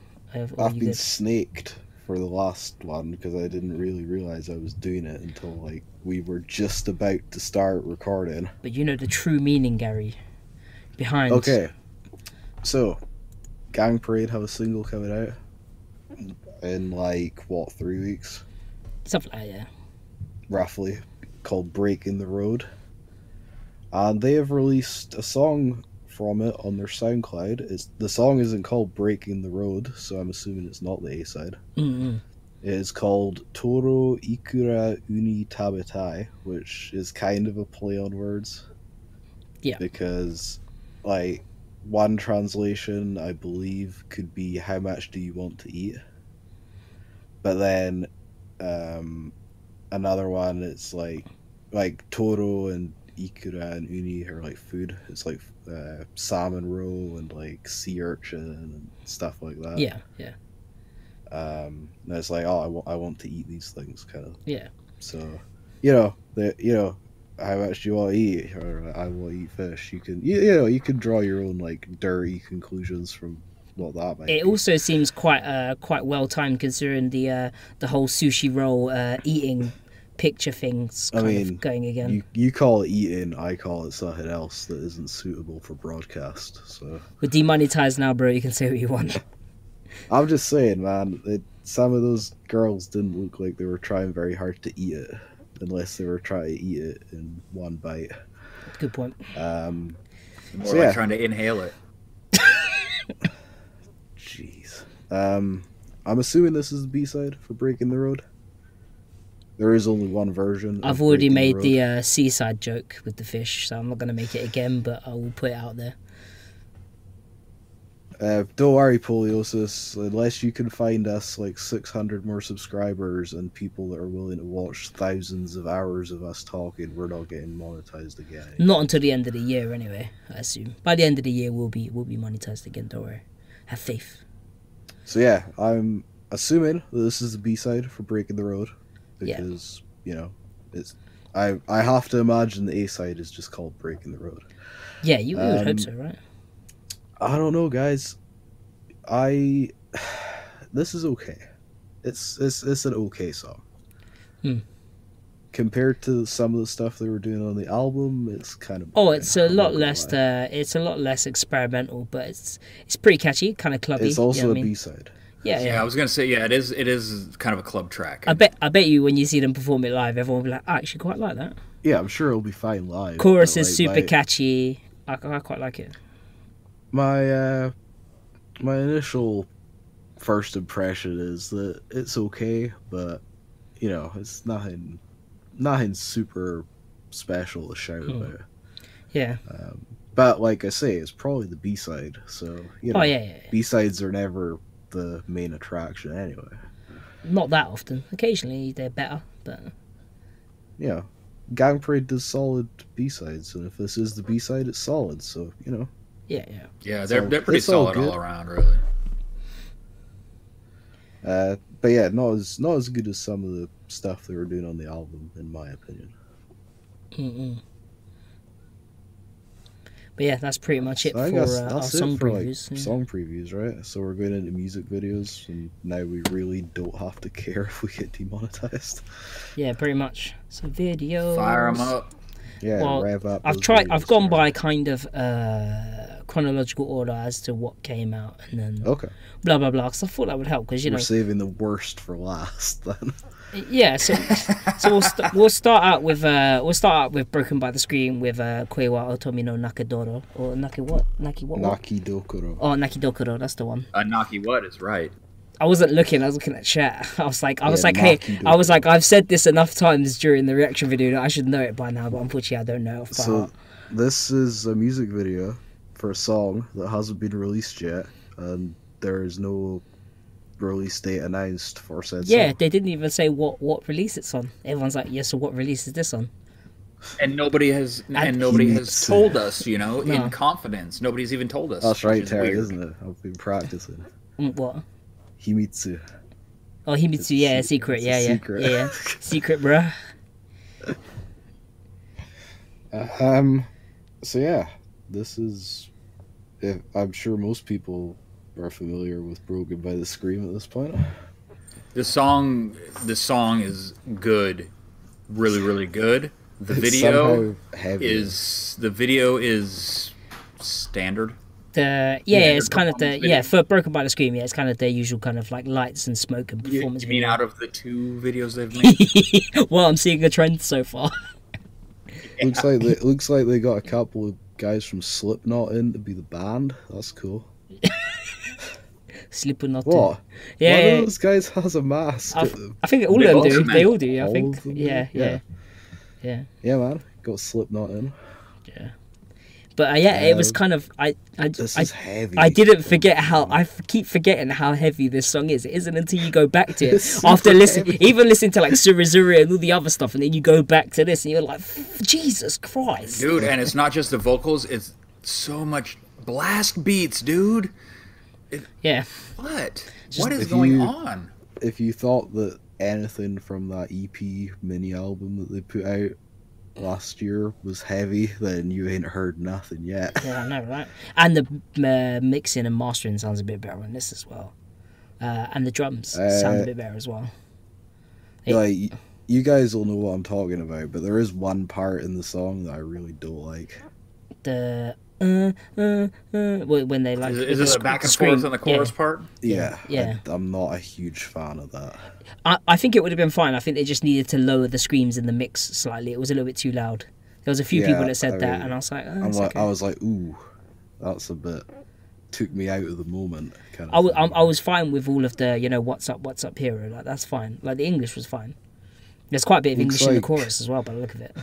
S1: Have- are
S2: I've
S1: you
S2: been
S1: good?
S2: snaked for the last one because I didn't really realize I was doing it until like we were just about to start recording.
S1: But you know the true meaning, Gary, behind.
S2: Okay, so Gang Parade have a single coming out in like what three weeks
S1: Something like that, yeah.
S2: roughly called Breaking the Road, and they have released a song from it on their SoundCloud. It's the song isn't called Breaking the Road, so I'm assuming it's not the A side.
S1: Mm-mm.
S2: It is called Toro Ikura Uni Tabetai, which is kind of a play on words.
S1: Yeah.
S2: Because, like, one translation, I believe, could be how much do you want to eat? But then um, another one, it's like, like Toro and Ikura and Uni are like food. It's like uh, salmon roe and like sea urchin and stuff like that
S1: Yeah, yeah,
S2: um and it's like oh I wa- I want to eat these things kind of
S1: yeah.
S2: so you know the you know how much do you want to eat or i will eat fish you can you, you know you can draw your own like dirty conclusions from what that might
S1: It
S2: be.
S1: also seems quite, uh, quite well timed considering the, uh, the whole sushi roll uh, eating picture things
S2: I
S1: kind
S2: mean,
S1: of going again.
S2: you, you call it eating i call it something else that isn't suitable for broadcast so
S1: We're demonetized now, bro. You can say what you want.
S2: i'm just saying man it, some of those girls didn't look like they were trying very hard to eat it unless they were trying to eat it in one bite
S1: Good point.
S2: um
S3: More
S1: uh,
S2: so
S3: like
S2: yeah.
S3: trying to inhale it.
S2: Jeez. Um, I'm assuming this is the B side for Breaking the Road. There is only one version. of
S1: I've already
S2: Breaking
S1: made
S2: Road.
S1: the uh, seaside joke with the fish, so I'm not going to make it again, but I will put it out there.
S2: Uh, don't worry, Poliosis. Unless you can find us like 600 more subscribers and people that are willing to watch thousands of hours of us talking, we're not getting monetized again.
S1: Not until the end of the year, anyway. I assume by the end of the year we'll be we'll be monetized again. Don't worry. Have faith.
S2: So yeah, I'm assuming that this is the B side for Breaking the Road
S1: Yeah.
S2: because you know it's. I I have to imagine the A side is just called Breaking the Road.
S1: Yeah, you, you would
S2: Um,
S1: hope so, right?
S2: I don't know, guys. I this is okay. It's it's it's an okay song.
S1: Hmm.
S2: Compared to some of the stuff they were doing on the album, it's kind of
S1: Oh, it's a
S2: I'm not
S1: lot
S2: gonna
S1: less.
S2: lie.
S1: Uh, it's a lot less experimental, but it's it's pretty catchy, kind of clubby.
S2: It's
S1: you know
S2: also
S1: what
S2: a
S1: I mean?
S2: side.
S1: Yeah, Uh,
S3: Yeah, I
S1: yeah.
S3: was gonna say yeah, it is. It is kind of a club track.
S1: I bet I bet you when you see them perform it live, everyone will be like, I actually quite like that.
S2: Yeah, I'm sure it'll be fine live.
S1: Chorus
S2: but,
S1: is
S2: like,
S1: super
S2: my-
S1: catchy. I, I quite like it.
S2: My uh, my initial first impression is that it's okay, but you know, it's nothing, nothing super special to shout
S1: Hmm.
S2: about.
S1: Yeah.
S2: But like I say, it's probably the B side, so you know,
S1: Oh yeah, yeah. yeah.
S2: B sides are never the main attraction anyway.
S1: Not that often. Occasionally they're better, but
S2: Yeah, Gang Parade does solid B sides, and if this is the B side, it's solid. So you know,
S1: yeah, yeah.
S3: yeah, they're
S2: So,
S3: they're pretty
S2: it's all
S3: solid all,
S2: good.
S3: around, really.
S2: uh, but yeah, not as not as good as some of the stuff they were doing on the album, in my opinion.
S1: Mm-mm. But yeah, that's pretty much it
S2: So I
S1: for
S2: guess
S1: uh, our
S2: that's it
S1: song
S2: for
S1: previews. Mm.
S2: like
S1: yeah.
S2: song previews, right? So we're going into music videos, and now we really don't have to care if we get demonetized.
S1: Yeah, pretty much. So videos.
S3: Fire them up.
S2: Yeah,
S1: Well,
S2: rev up.
S1: I've
S2: those
S1: tried.
S2: videos,
S1: I've gone
S2: right?
S1: by kind of uh, chronological order as to what came out, and then
S2: Okay,
S1: blah blah blah. Because I thought that would help. Because you
S2: we're
S1: know,
S2: saving the worst for last then.
S1: yeah. So, so we'll, st- we'll start out with uh, we'll start out with Broken by the Screen with uh, Koiwa Otomi no Nakadoro or Naki what Naki what? what?
S2: Naki Dokuro.
S1: Oh, Naki Dokoro. That's the one.
S3: Uh, Naki what is right.
S1: I wasn't looking. I was looking at chat. I was like, I was
S2: Yeah,
S1: like, hey,
S2: Naki
S1: I was
S2: Dokoro.
S1: like, I've said this enough times during the reaction video that I should know it by now, but unfortunately, I don't know. uh, It off by
S2: So
S1: heart.
S2: this is a music video for a song that hasn't been released yet, and there is no release date announced for said
S1: yeah,
S2: song.
S1: they didn't even say what what release it's on. Everyone's like, yeah, so what release is this on?
S3: And nobody has and,
S1: And-
S3: nobody
S2: Yes.
S3: has told us, you know,
S1: No.
S3: in confidence. Nobody's even told us.
S2: That's
S3: which
S2: right,
S3: is
S2: Terry,
S3: weird.
S2: isn't it? I've been practicing.
S1: Mm, What?
S2: Himitsu.
S1: Oh,
S2: It's
S1: Himitsu, yeah,
S2: a se-
S1: secret,
S2: it's a
S1: yeah, yeah,
S2: secret.
S1: yeah, yeah, secret, bruh.
S2: Um, so yeah, this is. If, I'm sure most people are familiar with "Broken by the Scream" at this point.
S3: The song, the song is good, really, really good. The
S2: It's
S3: video
S2: somehow heavy.
S3: is the video is standard.
S1: The yeah,
S3: Yeah,
S1: it's
S3: the
S1: kind of the
S3: performance
S1: yeah for
S3: video.
S1: Broken by the Scream, yeah, it's kind of their usual kind of like lights and smoke and
S3: You,
S1: performance.
S3: you mean out of the two videos they've made?
S1: well, I'm seeing a trend so far.
S2: looks like they looks like they got a couple of guys from Slipknot in to be the band. That's cool.
S1: Slip or not,
S2: What?
S1: yeah,
S2: One
S1: yeah.
S2: of those guys has a mask.
S1: I've- I think all
S3: They
S1: of them
S3: all
S1: do.
S3: do,
S1: They
S3: man.
S1: all do. I
S2: All
S1: think.
S2: of them do,
S1: Yeah, yeah,
S2: yeah.
S1: yeah.
S2: Yeah, man, got Slipknot in.
S1: But uh, yeah, it was
S2: Um,
S1: kind of I I
S2: This
S1: I,
S2: is heavy.
S1: I didn't forget how I f- keep forgetting how heavy this song is. It isn't until you go back to
S2: It's
S1: it
S2: super
S1: after listening,
S2: heavy.
S1: even listening to like Surizuri and all the other stuff, and then you go back to this and you're like, Jesus Christ!
S3: dude and it's not just the vocals it's so much blast beats dude
S1: Yeah,
S3: what what is
S2: If
S3: going
S2: you-
S3: on
S2: If you thought that anything from that EP mini album that they put out last year was heavy, then you ain't heard nothing yet.
S1: yeah, I know, right? And the uh, mixing and mastering sounds a bit better on this as well, uh, and the drums sound a
S2: Uh,
S1: bit better as well. Hey.
S2: like y- you guys all know what I'm talking about, but there is one part in the song that I really don't like.
S1: The uh, uh, uh, wh- when they like
S3: is,
S1: with
S3: is
S1: the
S3: this
S1: sc-
S3: back and
S1: scream,
S3: forth on the
S1: yeah.
S3: chorus part
S2: Yeah,
S1: yeah.
S2: I, am not a huge fan of that.
S1: I, I think it would have been fine. I think they just needed to lower the screams in the mix slightly. It was a little bit too loud. There was a few
S2: Yeah,
S1: people that said
S2: I
S1: that,
S2: mean,
S1: and I was like, oh,
S2: I'm
S1: it's
S2: like,
S1: okay.
S2: I
S1: I,
S2: was like, ooh, that's a bit took me out of the moment. Kind of
S1: was,
S2: thing.
S1: I'm, I was fine with all of the, you know, what's up, what's up, hero. Like that's fine. Like the English was fine. There's quite a bit of English
S2: Looks
S1: in the
S2: like-
S1: chorus as well, by the look of it.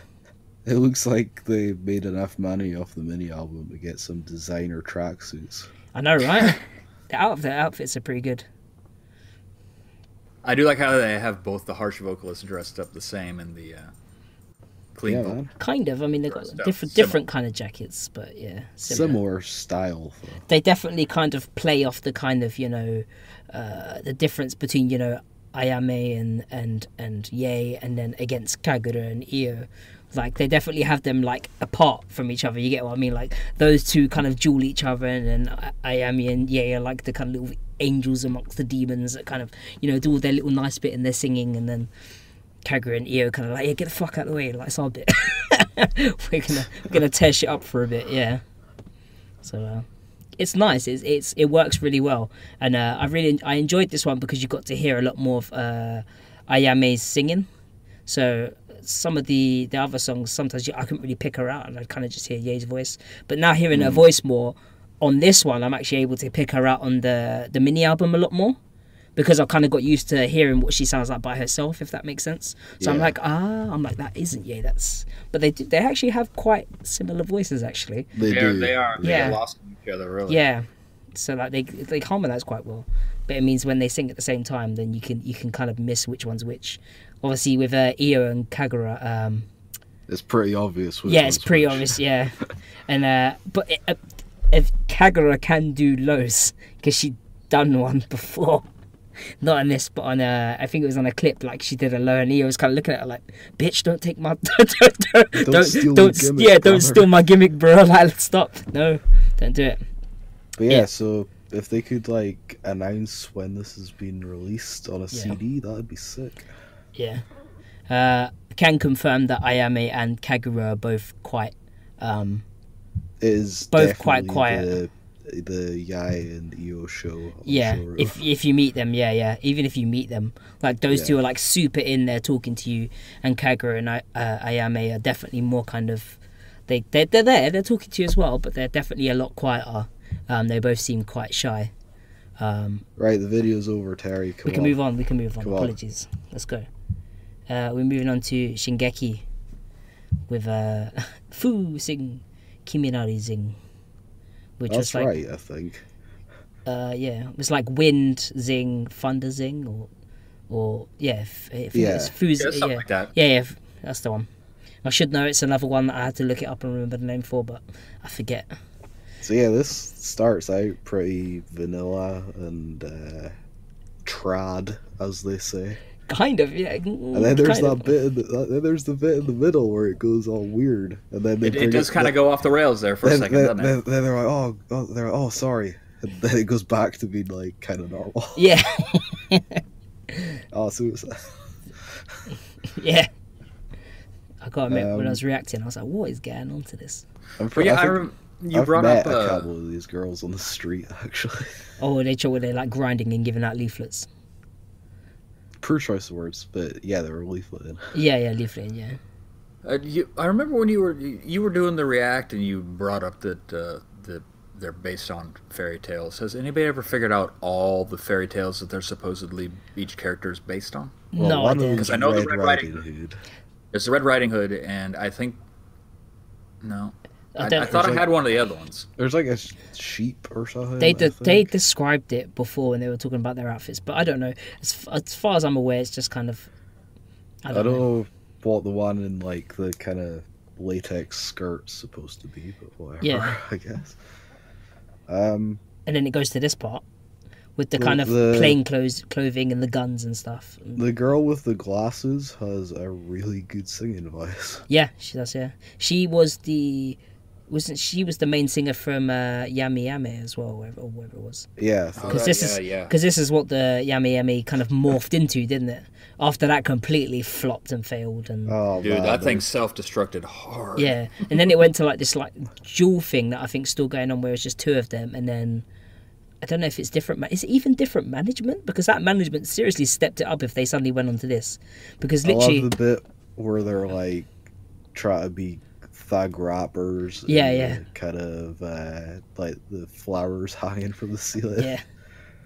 S2: It looks like they made enough money off the mini album to get some designer tracksuits.
S1: I know, right? the out the outfits are pretty good.
S3: i do like how they have both the harsh vocalists dressed up the same and the uh, clean
S2: Yeah,
S3: vocal-
S2: man.
S1: Kind of. I mean, they've got
S3: Dressed up
S1: different
S3: similar.
S1: different kind of jackets, but yeah, similar.
S2: Similar style. Though.
S1: they definitely kind of play off the kind of you know uh, the difference between you know Ayame and and and Yei and then against Kagura and Io. Like they definitely have them like apart from each other. You get what I mean? Like those two kind of duel each other, and then Ayame and Yei are like the kind of little angels amongst the demons that kind of you know do all their little nice bit and they're singing, and then Kagura and Io kind of like yeah get the fuck out of the way, like it's our bit. we're gonna we're gonna tear shit up for a bit, yeah. So. Uh, it's nice. It's, it's it works really well, and uh, I really I enjoyed this one because you got to hear a lot more of uh, Ayame's singing. So some of the the other songs sometimes you, I couldn't really pick her out, and I'd kind of just hear Ye's voice. But now hearing her voice more on this one, I'm actually able to pick her out on the the mini album a lot more because I've kind of got used to hearing what she sounds like by herself, if that makes sense. So I'm
S2: Yeah.
S1: like, ah, I'm like that isn't Ye. That's but they do, they actually have quite similar voices actually.
S2: They
S3: They're-
S2: do.
S3: They are.
S1: Yeah.
S3: They're lost in each other, really.
S1: Yeah. So like they they harmonize quite well, but it means when they sing at the same time, then you can you can kind of miss which one's which. Obviously, with uh, Io and Kagura, um,
S2: It's pretty obvious. which
S1: yeah, it's
S2: one's
S1: pretty
S2: which.
S1: obvious. Yeah, and uh, but it, uh, if Kagura can do lows because she done one before, not on this, but on a I think it was on a clip like she did a low, and Io was kind of looking at her like, "Bitch, don't take my don't don't don't,
S2: steal
S1: don't
S2: the gimmick,
S1: yeah don't
S2: brother."
S1: steal my gimmick, bro. Like, stop, no, don't do it.
S2: But yeah,
S1: Yeah.
S2: so if they could like announce when this has been released on a CD, that would be sick.
S1: Yeah. Uh, can confirm that Ayame and Kagura are both quite. Um,
S2: It is
S1: Both quite
S2: definitely
S1: quiet.
S2: The, the Yai and Io show. on
S1: yeah.
S2: Shoru.
S1: If if you meet them, yeah, yeah. Even if you meet them, like those
S2: Yeah.
S1: two are like super in there talking to you, and Kagura and I, uh, Ayame are definitely more kind of. They they're, they're there. They're talking to you as well, but they're definitely a lot quieter. Um, they both seem quite shy. Um,
S2: Oh, right, the video's over, Terry.
S1: we
S2: Come
S1: can
S2: on.
S1: move on. We can move on.
S2: Come on.
S1: Apologies. Let's go. Uh, we're moving on to Shingeki with uh, Fu Sing Kiminari Zing, which
S2: That's
S1: was like
S2: right, I think.
S1: uh, yeah, it was like wind zing, thunder zing, or or yeah, f- I think
S2: Yeah.
S1: it's Fu
S3: Yeah,
S1: Zing-
S3: something
S1: yeah.
S3: like that.
S1: Yeah, yeah, f- that's the one. I should know it's another one that I had to look it up and remember the name for, but I forget.
S2: So yeah, this starts out pretty vanilla and uh, trad, as they say.
S1: Kind of, yeah. Mm,
S2: And then there's
S1: kind
S2: that
S1: of.
S2: bit. In the, then there's the bit in the middle where it goes all weird, and then they
S3: It,
S2: bring
S3: it does
S2: up
S3: kind
S2: the-
S3: of go off the rails there for a
S2: then,
S3: second,
S2: then-
S3: doesn't it?
S2: then- then they're like, oh, oh, they're like, oh, sorry. And then it goes back to being like kind of normal.
S1: Yeah,
S2: oh, suicide.
S1: yeah. I can't remember when I
S2: Um,
S1: was reacting. I was like, "What is going on to this?"
S2: I'm
S3: But
S2: pretty,
S3: yeah, I,
S2: I think
S3: rem- you
S2: I've
S3: brought
S2: met
S3: up
S2: a
S3: uh,
S2: couple of these girls on the street actually.
S1: Oh, they were they like grinding and giving out leaflets.
S2: Poor choice of words, but yeah, they were leafleting.
S1: Yeah, yeah, leafleting. Yeah,
S3: Uh, you, I remember when you were you were doing the React and you brought up that uh, that they're based on fairy tales. Has anybody ever figured out all the fairy tales that they're supposedly each character is based on?
S2: Well,
S1: no
S2: one of
S1: idea.
S2: them's
S3: I know the
S2: Red
S3: Red
S2: Riding Hood.
S3: It's the Red Riding Hood, and I think no, I,
S1: I
S3: I,
S1: don't.
S3: thought I
S2: There's
S3: had one of the other ones.
S2: There's like a sh- sheep or something.
S1: they
S2: I
S1: de- they
S2: think.
S1: described it before when they were talking about their outfits, but I don't know. As, f- as far as I'm aware, it's just kind of. I
S2: I
S1: don't, know.
S2: don't know what the one in like the kind of latex skirt's supposed to be, but whatever.
S1: Yeah.
S2: I guess. Um,
S1: And then it goes to this part with the
S2: The-
S1: kind of
S2: the-
S1: plain clothes, clothing, and the guns and stuff.
S2: the girl with the glasses has a really good singing voice.
S1: Yeah, she does. Yeah, she was the. Wasn't she was the main singer from uh, Yami Yami as well, or whatever, or whatever it was?
S2: Yeah, I think
S1: Because
S3: Right,
S1: this
S3: yeah,
S1: is
S3: yeah.
S1: because this is what the Yami Yami kind of morphed into, didn't it? After that, completely flopped and failed, and
S2: Oh,
S3: Dude,
S2: man,
S3: that thing self-destructed hard.
S1: Yeah, and then it went to like this like dual thing that I think's still going on, where it's just two of them, and then I don't know if it's different. Ma- is it even different management? Because that management seriously stepped it up if they suddenly went onto this, because
S2: I
S1: literally,
S2: love the bit where they're like try to be thug rappers.
S1: Yeah, yeah.
S2: Kind of uh, like the flowers hanging from the ceiling.
S1: yeah,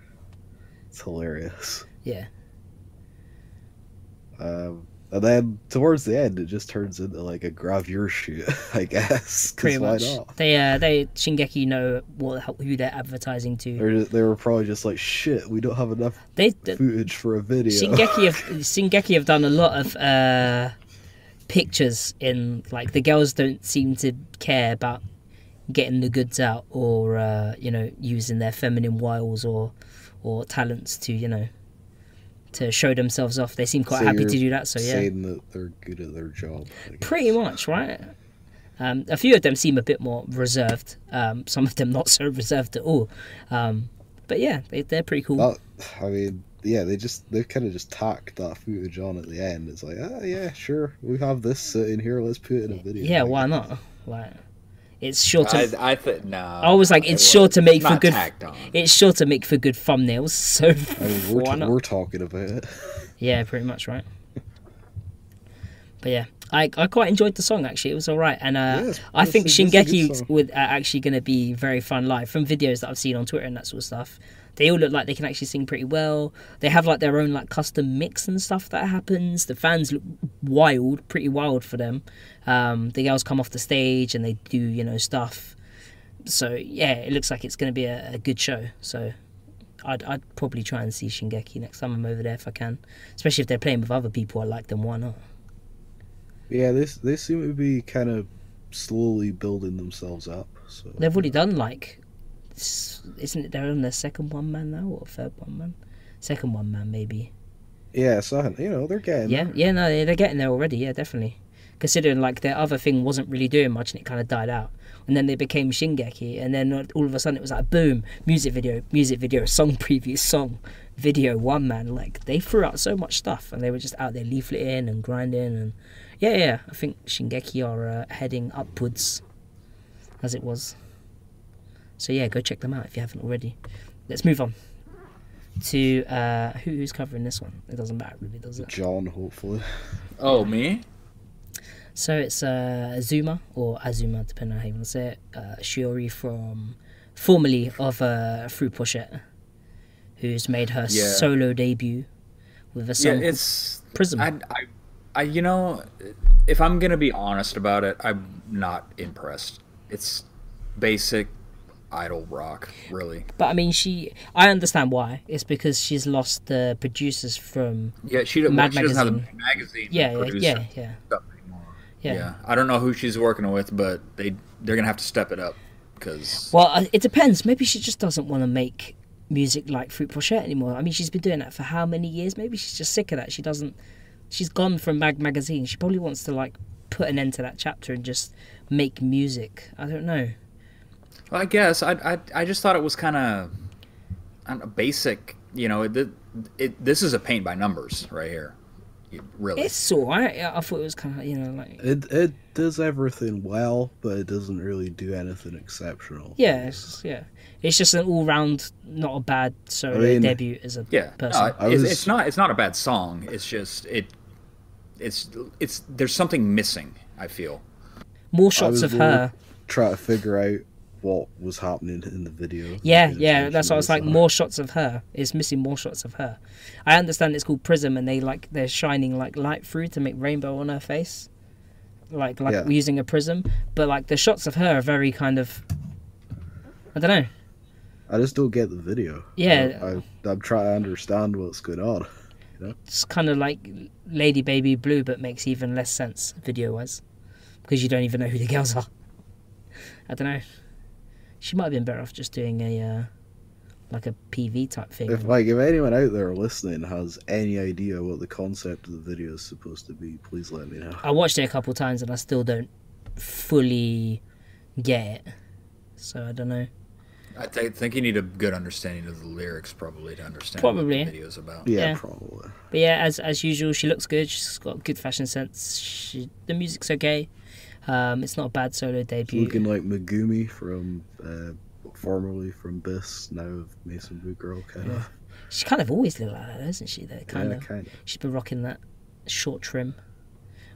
S2: It's hilarious.
S1: yeah,
S2: Um, and then towards the end, it just turns into like a gravure shoot, I guess. 'cause
S1: pretty
S2: why
S1: much.
S2: not?
S1: They uh, they Shingeki know what who they're advertising to.
S2: They're just, they were probably just like, shit, we don't have enough
S1: They, they
S2: footage for a video.
S1: Shingeki have Shingeki have done a lot of uh, pictures in like the girls don't seem to care about getting the goods out or uh, you know using their feminine wiles or or talents to you know to show themselves off. They seem quite
S2: So
S1: happy to do
S2: you're
S1: that. So yeah,
S2: Saying that they're good at their job. I guess.
S1: pretty much right. Um, a few of them seem a bit more reserved. Um, some of them not so reserved at all. Um, but yeah, they, they're pretty cool.
S2: That, I mean, yeah, they just they've kind of just tacked that footage on at the end. It's like, ah, yeah, sure, we have this sitting here. Let's put it in a video.
S1: Yeah,
S2: I
S1: why
S2: guess.
S1: not? Like, It's sure to.
S3: I, I think no. I
S1: was like, it's sure to make for
S3: not
S1: good-
S3: Tacked on.
S1: it's sure to make for good thumbnails. So
S2: I mean,
S1: why
S2: we're,
S1: not?
S2: we're talking about it.
S1: Yeah, pretty much right. But yeah, I, I quite enjoyed the song actually. It was all right, and uh,
S2: Yeah, it's-
S1: I
S2: it's
S1: think
S2: a- it's a good song.
S1: Shingeki would uh, actually going to be very fun live from videos that I've seen on Twitter and that sort of stuff. They all look like they can actually sing pretty well. They have like their own like custom mix and stuff that happens. The fans look wild, pretty wild for them. Um, the girls come off the stage and they do you know stuff. So yeah, it looks like it's going to be a, a good show. So I'd, I'd probably try and see Shingeki next time I'm over there if I can, especially if they're playing with other people I like them. Why not?
S2: Yeah, they they seem to be kind of slowly building themselves up. So
S1: They've already done like, s- isn't it? They're on their second one man now or third one man? Second one man maybe.
S2: yeah, so you know they're getting
S1: Yeah, yeah, no, they- they're getting there already. Yeah, definitely. Considering like their other thing wasn't really doing much and it kind of died out, and then they became Shingeki, and then all of a sudden it was like boom, music video, music video, song preview, song video, one man. Like they threw out so much stuff, and they were just out there leafleting and grinding, and yeah, yeah. I think Shingeki are uh, heading upwards, as it was. So yeah, go check them out if you haven't already. Let's move on to uh, who- who's covering this one. It doesn't matter really, does it?
S2: John hopefully.
S3: Oh me?
S1: So it's uh, Azuma or Azuma, depending on how you want to say it. Uh, Shiori from formerly of uh, Fruit Pochette, who's made her
S3: Yeah.
S1: solo debut with a
S3: Yeah,
S1: song.
S3: it's
S1: Prism.
S3: I, I, I, you know, if I'm gonna be honest about it, I'm not impressed. It's basic idol rock, really.
S1: but I mean, she. I understand why. It's because she's lost the producers from.
S3: Yeah, she, don't-
S1: Mad
S3: she doesn't have the magazine.
S1: Yeah, yeah,
S3: producer
S1: yeah, yeah,
S3: Stuff anymore.
S1: yeah.
S3: I don't know who she's working with, but they they're gonna have to step it up because
S1: Well, uh, it depends. Maybe she just doesn't want to make music like Fruit Pochette anymore. I mean, she's been doing that for how many years? Maybe she's just sick of that. She doesn't. She's gone from Mag Magazine. She probably wants to like put an end to that chapter and just make music. I don't know.
S3: I guess I I, I just thought it was kind of basic. You know, it, it this is a paint by numbers right here. It- Really,
S1: It's alright. I I thought it was kind of you know like
S2: It it does everything well, but it doesn't really do anything exceptional.
S1: yeah, it's just, yeah. It's just an all round not a bad solo
S2: I mean-
S1: debut as a
S3: Yeah, no,
S1: person.
S2: I
S3: it's,
S2: was-
S3: it's not. It's not a bad song. It's just it. It's it's there's something missing. I feel.
S1: More shots
S2: was
S1: of
S2: more-
S1: her.
S2: Try to figure out what was happening in the video.
S1: Yeah,
S2: Pay
S1: yeah,
S2: attention
S1: that's
S2: to
S1: what I was
S2: the
S1: like.
S2: song.
S1: More shots of her. It's missing more shots of her. I understand it's called Prism, and they like they're shining like light through to make rainbow on her face, like like
S2: Yeah.
S1: using a prism. But like the shots of her are very kind of, I don't know.
S2: I just don't get the video.
S1: Yeah.
S2: I, I, I'm trying to understand what's going on.
S1: It's kind of like Lady Baby Blue, but makes even less sense video wise, because you don't even know who the girls are. I don't know. She might have been better off just doing a, uh, like a PV type thing.
S2: If like if anyone out there listening has any idea what the concept of the video is supposed to be, please let me know.
S1: I watched it a couple times and I still don't fully get it. So I don't know.
S3: I thi- think you need a good understanding of the lyrics probably to understand what
S1: Probably.
S3: the video's about.
S2: Yeah,
S1: Yeah.
S2: probably.
S1: But yeah, as as usual, she looks good. She's got good fashion sense. She, the music's okay. Um, it's not a bad solo debut.
S2: Looking like Megumi from uh, formerly from Biss, now of Mason Boot Girl, kind of.
S1: She kind of always looked like that, isn't she? Though, kind
S2: Yeah,
S1: of.
S2: kind of.
S1: She's been rocking that short trim.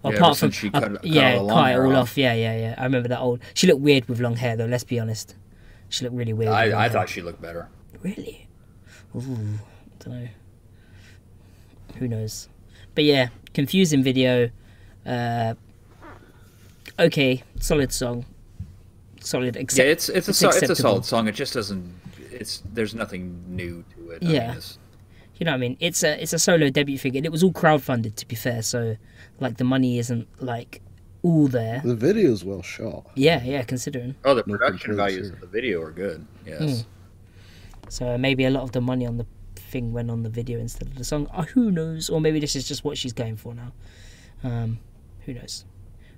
S3: Yeah, ever since she cut- cut
S1: yeah,
S3: all the long
S1: cut it
S3: hair
S1: all
S3: off.
S1: off. Yeah, yeah, yeah. I remember that old. She looked weird with long hair, though. Let's be honest. She looked really weird. with long
S3: I, I
S1: hair.
S3: thought she looked better.
S1: Really? Ooh, don't know. Who knows? But yeah, confusing video. Uh, okay, solid song. Solid.
S3: Yeah,
S1: Except
S3: it's it's a
S1: it's
S3: so, it's a
S1: acceptable.
S3: solid song. It just doesn't. It's there's nothing new to it. I mean,
S1: Yeah.
S3: it's-
S1: you know what I mean. It's a it's a solo debut thing, and it was all crowdfunded. To be fair, so like the money isn't like all there.
S2: The video's well shot.
S1: Yeah, yeah. Considering
S3: oh, the
S2: No
S3: production
S2: complaints
S3: values
S2: here.
S3: of the video are good. Yes.
S1: Mm. so maybe a lot of the money on the thing went on the video instead of the song. Uh, who knows? Or maybe this is just what she's going for now. Um, who knows?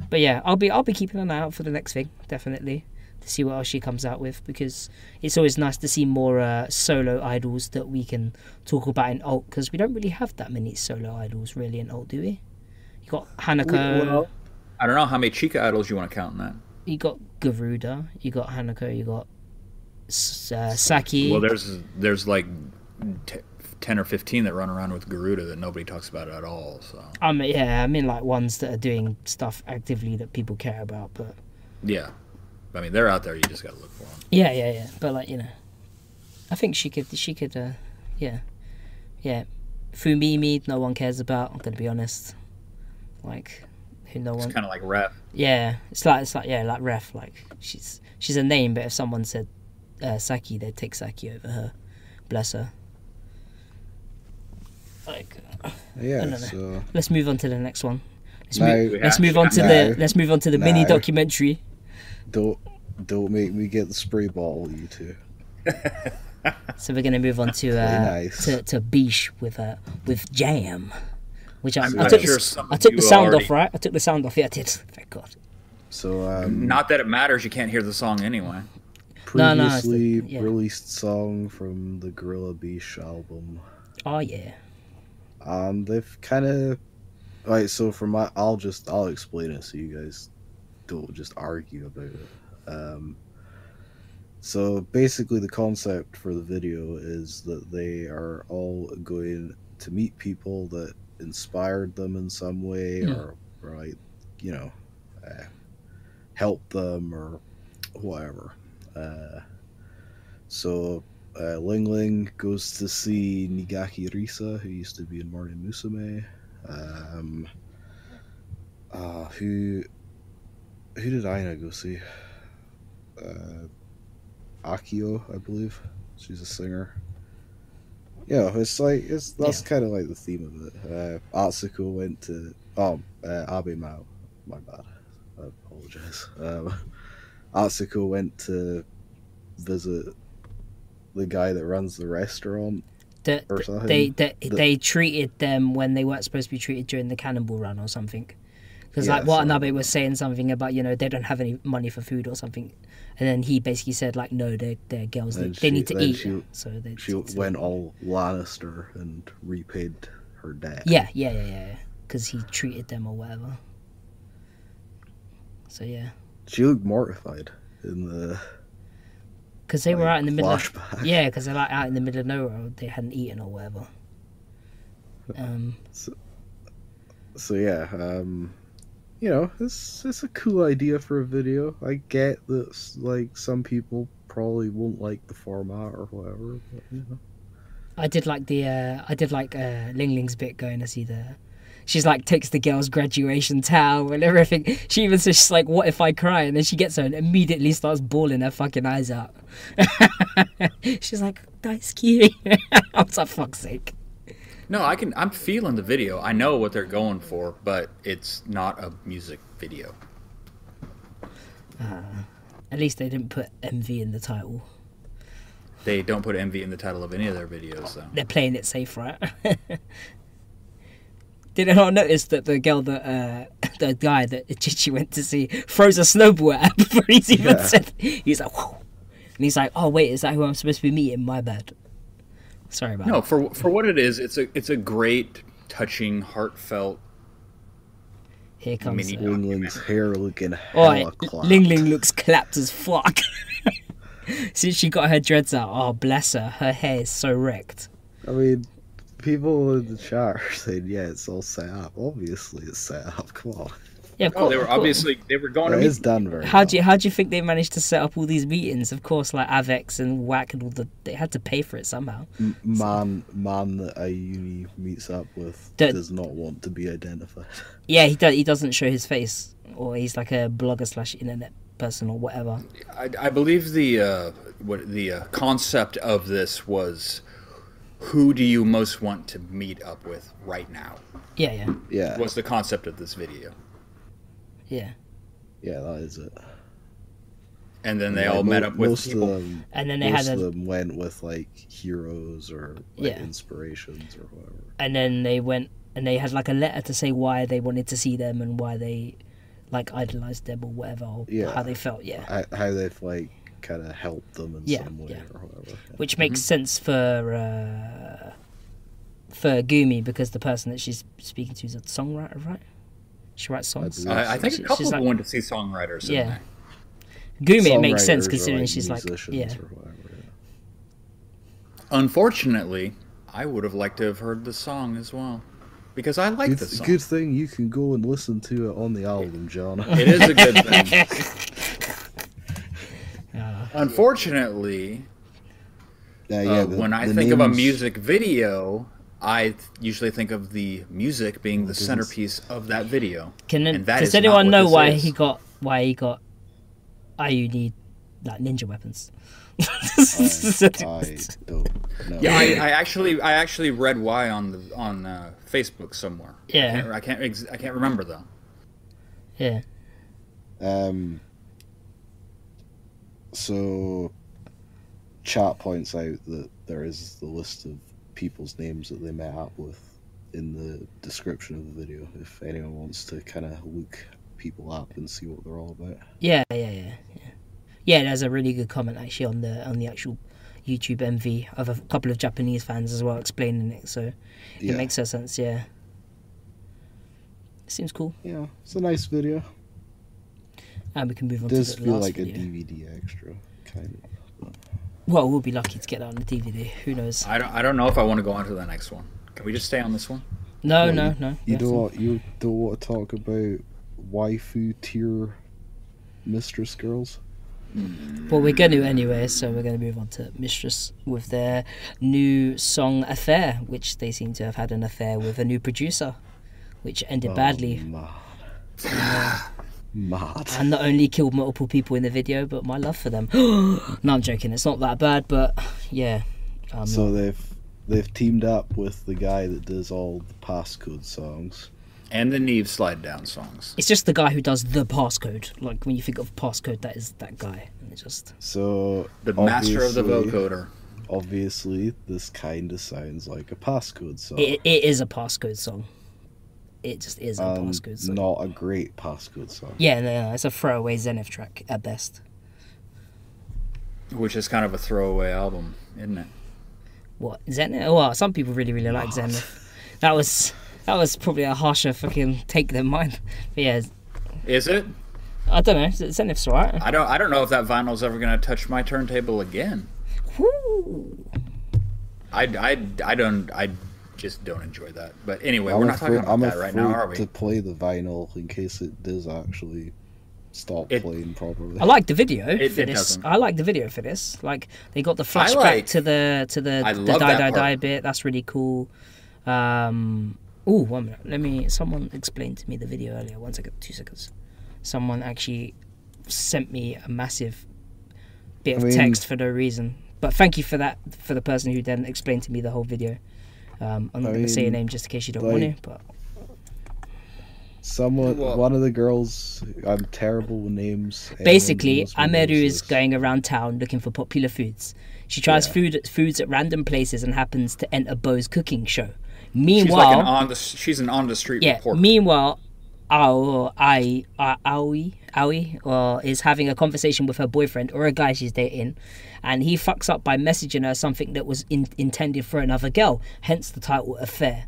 S1: But yeah, I'll be I'll be keeping an eye out for the next thing definitely to see what else she comes out with because it's always nice to see more uh, solo idols that we can talk about in alt because we don't really have that many solo idols really in alt, do we? You got Hanako.
S2: well,
S3: I don't know how many Chica idols you want to count in that.
S1: you got Garuda, you got Hanako, you got S- uh, Saki.
S3: Well, there's there's like t- ten or fifteen that run around with Garuda that nobody talks about at all. So
S1: I mean, yeah, I mean like ones that are doing stuff actively that people care about, but
S3: yeah, I mean they're out there. You just gotta look for them.
S1: yeah, yeah, yeah. But like you know, I think she could, she could, uh, yeah, yeah. Fumimi, no one cares about. I'm gonna be honest, like who no
S3: It's
S1: one.
S3: kind of like rap.
S1: Yeah, it's like it's like yeah, like ref. Like she's she's a name, but if someone said uh, Saki, they'd take Saki over her. Bless her. Like, I
S2: Yeah,
S1: don't know.
S2: so
S1: let's move on to the next one. Let's,
S2: No.
S1: move,
S3: We
S1: let's
S3: actually
S1: move on to
S2: have-
S1: the
S2: No.
S1: let's move on to the mini
S2: No.
S1: documentary.
S2: don't don't make me get the spray bottle, you two.
S1: So we're gonna move on to
S2: Very
S1: uh,
S2: nice.
S1: to to Beesh with uh, with Jam, which I,
S3: I'm
S1: I
S3: quite
S1: took
S3: sure
S1: the,
S3: some
S1: I
S3: of
S1: took
S3: you
S1: the sound
S3: already-
S1: off, right? I took the sound off. Yeah, I did. Thank God.
S2: So um,
S3: Not that it matters. You can't hear the song anyway.
S1: No, no, it's the-
S2: previously
S1: yeah.
S2: released song from the Gorilla Beach album.
S1: Oh yeah.
S2: Um, they've kind of right. So for my, I'll just I'll explain it so you guys don't just argue about it. Um, so basically, the concept for the video is that they are all going to meet people that inspired them in some way,
S1: Hmm.
S2: or right, you know, uh, help them or whatever. Uh, so uh, Ling Ling goes to see Nigaki Risa, who used to be in Morning Musume. Um, uh, who who did Aina go see? Uh, Akio, I believe. She's a singer. Yeah, it's like it's that's kind of like the theme of it. Uh, Atsuko went to oh uh, Abe Mao. My bad. I apologize. Um, Atsuko went to visit the guy that runs the restaurant
S1: The,
S2: or something.
S1: they they,
S2: The-
S1: they treated them when they weren't supposed to be treated during the cannonball run or something. Because
S2: Yeah,
S1: like Watanabe
S2: something like
S1: was saying something about you know they don't have any money for food or something, and then he basically said like no they they're girls they,
S2: Then
S1: they need
S2: she-
S1: to
S2: then
S1: eat
S2: she-
S1: so they
S2: she
S1: so-
S2: went all Lannister and repaid her debt.
S1: yeah yeah yeah yeah because he treated them or whatever. So yeah,
S2: She looked mortified in the
S1: because they were
S2: like,
S1: out in the middle. Of,
S2: flashback.
S1: yeah, because they're like out in the middle of nowhere they hadn't eaten or whatever. Um,
S2: So yeah, um, you know, it's it's a cool idea for a video. I get that s- like some people probably won't like the format or whatever. But, you know.
S1: I did like the uh, I did like uh, Ling Ling's bit going to see the. She's like takes the girl's graduation towel and everything. She even says she's like, "What if I cry?" And then she gets her and immediately starts bawling her fucking eyes out. she's like, "That's cute." I'm like, "Fuck's sake."
S3: No, I can. I'm feeling the video. I know what they're going for, but it's not a music video.
S1: At least they didn't put MV in the title.
S3: They don't put MV in the title of any of their videos, though.
S1: They're playing it safe, right? Did I not notice that the girl that uh, the guy that Chichi went to see throws a snowball at him before he's even
S2: Yeah.
S1: said he's like, Whoa. and he's like, oh wait, is that who I'm supposed to be meeting? My bad. Sorry about
S3: No,
S1: that.
S3: for for what it is, it's a it's a great, touching, heartfelt.
S1: Here comes.
S3: mini-
S1: Uh,
S2: Ling Ling's hair looking
S1: oh,
S2: hella
S1: it-
S2: clapped.
S1: Ling Ling looks clapped as fuck. Since she got her dreads out, oh bless her, her hair is so wrecked.
S2: I mean, people in the chat are saying, "Yeah, it's all set up. Obviously, it's set up. Come on,
S1: Yeah, of
S3: Oh,
S1: course-
S3: they were
S1: of course.
S3: obviously they were going to
S2: it
S3: meet
S2: is done very
S1: How
S2: well.
S1: do you how do you think they managed to set up all these meetings? Of course, like Avex and Whack and all the they had to pay for it somehow.
S2: M- man man that a uni meets up with
S1: Don't-
S2: does not want to be identified.
S1: Yeah, he does. He doesn't show his face, or he's like a blogger slash internet person or whatever.
S3: I, I believe the uh, what the uh, concept of this was, who do you most want to meet up with right now?
S1: Yeah, yeah,
S2: Yeah,
S3: Was the concept of this video,
S1: yeah.
S2: yeah, that is it.
S3: and then they
S2: Like,
S3: all
S2: mo-
S3: met up with
S2: most
S3: people.
S2: Of them,
S1: And then they
S2: most
S1: had
S2: of
S1: a,
S2: them went with like heroes or like,
S1: Yeah.
S2: inspirations or whatever.
S1: and then they went and they had like a letter to say why they wanted to see them and why they like idolized them or whatever, or
S2: Yeah.
S1: how they felt. Yeah,
S2: How, how they've like kind of helped them in
S1: Yeah,
S2: some way
S1: yeah.
S2: or whatever.
S1: which makes
S3: Mm-hmm.
S1: sense for uh, for Gumi because the person that she's speaking to is a songwriter, right? She writes songs.
S2: believe
S3: I, I think
S1: She-
S3: a couple
S1: she's
S3: of them
S1: like-
S3: went to see songwriters. didn't
S1: Yeah.
S3: they?
S1: Gumi, it makes sense
S2: songwriters are,
S1: considering she's like, yeah,
S2: musicians or whatever, yeah.
S3: Unfortunately, I would have liked to have heard the song as well because I like
S2: Good,
S3: the song.
S2: good thing you can go and listen to it on the album, John.
S3: It is a good thing. Unfortunately,
S2: Yeah,
S3: uh,
S2: yeah, the-
S3: when I
S2: the
S3: think of a
S2: names-
S3: music video, I th- usually think of the music being the
S2: Oh, goodness.
S3: centerpiece of that video.
S1: Can
S3: And that
S1: does
S3: is not
S1: anyone
S3: what
S1: know
S3: this
S1: why
S3: is.
S1: he got why he got IU need like ninja weapons?
S2: Oh, I don't know.
S3: Yeah, I, I actually I actually read why on the on uh, Facebook somewhere.
S1: Yeah.
S3: I can't, I can't, ex- I can't remember though.
S1: yeah,
S2: Um, so, chat points out that there is the list of people's names that they met up with in the description of the video. If anyone wants to kind of look people up and see what they're all about.
S1: yeah, yeah, yeah, yeah. Yeah, there's a really good comment actually on the on the actual YouTube MV of a couple of Japanese fans as well explaining it, so
S2: Yeah,
S1: it makes a sense. Yeah, seems cool.
S2: yeah, it's a nice video.
S1: And we can move on
S2: does
S1: to the
S2: feel
S1: last
S2: like a
S1: video.
S2: DVD extra kind of.
S1: well, we'll be lucky to get that on the DVD. Who knows?
S3: I don't I don't know if I want to go on to the next one. Can we just stay on this one?
S1: No,
S2: Well,
S1: no, no.
S2: You
S1: that's
S2: don't want, you don't want to talk about waifu tier mistress girls.
S1: Well, we're going to anyway, so we're going to move on to Mistress with their new song Affair, which they seem to have had an affair with a new producer, which ended
S2: Oh,
S1: badly
S2: man. Mad.
S1: and not only killed multiple people in the video, but my love for them. no, I'm joking, it's not that bad, but yeah. Um,
S2: So they've they've teamed up with the guy that does all the passcode songs.
S3: And the Neve slide down songs.
S1: it's just the guy who does the passcode. Like when you think of passcode, that is that guy. And it's just
S2: So
S3: The master of the
S2: obviously-
S3: vocoder.
S2: Obviously, this kind of sounds like a passcode song.
S1: it, it is a passcode song. It just is a
S2: and
S1: passcode song.
S2: not a great passcode song.
S1: Yeah, no, no, it's a throwaway Zenith track at best.
S3: which is kind of a throwaway album, isn't it?
S1: what Zenith? Well, some people really really like Zenith. That was that was probably a harsher fucking take than mine. But yeah,
S3: Is it?
S1: I don't know. Z- Zenith's alright.
S3: I don't I don't know if that vinyl's ever going to touch my turntable again.
S1: Woo.
S3: I, I, I don't I just don't enjoy that. But anyway,
S2: I'm
S3: we're not
S2: afraid,
S3: talking about
S2: I'm
S3: that right now,
S2: afraid
S3: are we?
S2: To play the vinyl in case it does actually stop
S3: It-
S2: playing properly.
S1: I like the video
S3: It-
S1: for
S3: it
S1: this.
S3: doesn't.
S1: I like the video for this. Like they got the
S3: I
S1: flashback
S3: like-
S1: to the to the,
S3: I
S1: the
S3: love
S1: die
S3: that
S1: die die
S3: part.
S1: bit. That's really cool. Um, oh, one minute. Let me. Someone explained to me the video earlier. One second. Two seconds. Someone actually sent me a massive bit
S2: I
S1: of
S2: mean-
S1: text for no reason. But thank you for that for the person who then explained to me the whole video. Um, I'm not
S2: I
S1: going to say your
S2: mean,
S1: name just in case you don't
S2: like-
S1: want to. But
S2: Someone,
S3: Well-
S2: one of the girls. I'm terrible with names. anyone
S1: Basically,
S2: knows my
S1: Ameru
S2: names
S1: is going around town looking for popular foods. She tries food foods at random places and happens to enter Bo's cooking show.
S3: she's like an
S1: Meanwhile,
S3: on the she's an on the street
S1: yeah.
S3: reporter.
S1: Meanwhile, Ao I uh, Aoi Aoi uh, is having a conversation with her boyfriend or a guy she's dating, and he fucks up by messaging her something that was in, intended for another girl. Hence the title affair.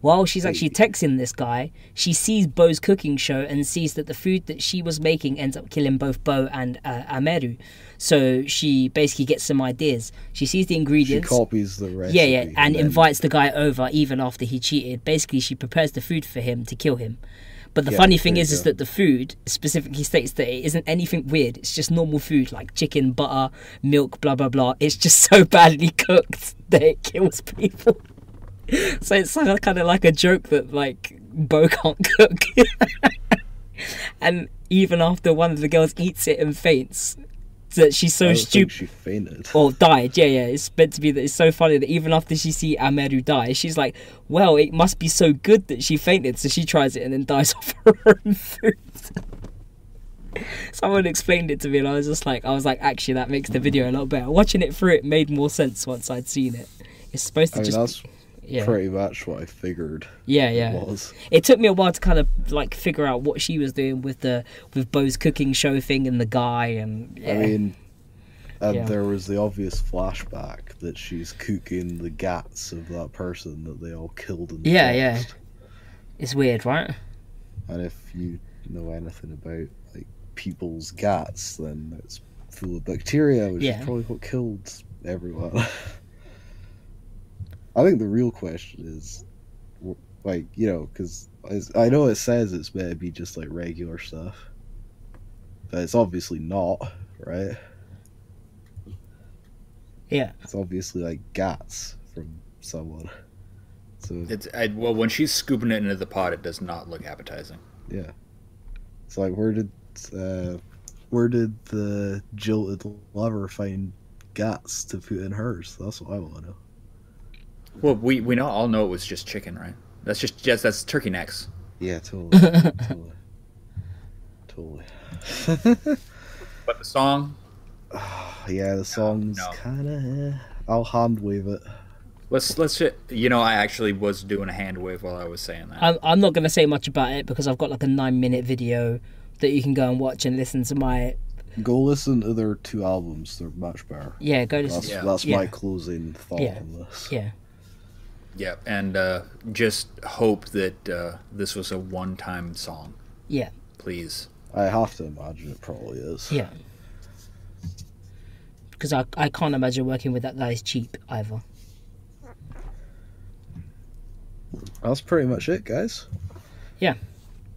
S1: While she's actually texting this guy, she sees Bo's cooking show and sees that the food that she was making ends up killing both Bo and uh, Ameru. So she basically gets some ideas. She sees the
S2: She
S1: ingredients.
S2: copies the recipe.
S1: Yeah, yeah, and
S2: then-
S1: invites the guy over even after he cheated. Basically, she prepares the food for him to kill him. But the
S2: Yeah,
S1: funny thing
S2: there you
S1: is, is
S2: go.
S1: that the food specifically states that it isn't anything weird. It's just normal food like chicken, butter, milk, blah blah blah. It's just so badly cooked that it kills people. so it's sort of kind of like a joke that like Bo can't cook. and even after one of the girls eats it and faints, that she's
S2: I
S1: so
S2: don't
S1: stupid
S2: think she fainted.
S1: or died. Yeah, yeah. It's meant to be that it's so funny that even after she see Ameru die, she's like, "Well, it must be so good that she fainted." So she tries it and then dies off her own food. Someone explained it to me, and I was just like, I was like, actually, that makes the video a lot better. Watching it through, it made more sense once I'd seen it. It's supposed to
S2: I mean,
S1: just,
S2: Oh, that's
S1: yeah,
S2: pretty much what I figured
S1: yeah,
S2: it
S1: yeah
S2: was.
S1: it took me a while to kind of like figure out what she was doing with the with Bo's cooking show thing and the guy and yeah.
S2: I mean, and
S1: Yeah.
S2: there was the obvious flashback that she's cooking the guts of that person that they all killed in the
S1: Yeah, yeah.
S2: forest.
S1: it's weird, right?
S2: And if you know anything about like people's guts, then it's full of bacteria, which
S1: Yeah.
S2: is probably what killed everyone. I think the real question is, w- like, you know, because I know it says it's meant to be just like regular stuff, but it's obviously not, right?
S1: Yeah.
S2: It's obviously like guts from someone. So
S3: It's I, well when she's scooping it into the pot, it does not look appetizing.
S2: it's like, where did, uh, where did the jilted lover find guts to put in hers? That's what I want to know.
S3: Well, we we know all know it was just chicken, right? That's just that's, that's turkey necks.
S2: Yeah, totally. totally. Totally.
S3: But the song,
S2: yeah, the song's
S3: no.
S2: kind of. I'll hand wave it.
S3: let's let's ju- you know, I actually was doing a hand wave while I was saying that.
S1: I'm, I'm not going to say much about it because I've got like a nine minute video that you can go and watch and listen to my.
S2: Go listen to their two albums. They're much better.
S1: Yeah, go listen
S2: That's,
S1: to
S3: Yeah.
S2: that's my
S1: Yeah.
S2: closing thought
S1: Yeah.
S2: on this.
S1: Yeah.
S3: yeah, and uh, just hope that uh, this was a one-time song,
S1: Yeah.
S3: please.
S2: I have to imagine it probably is.
S1: Yeah. Because I, I can't imagine working with that guy's cheap either.
S2: That's pretty much it, guys.
S1: Yeah.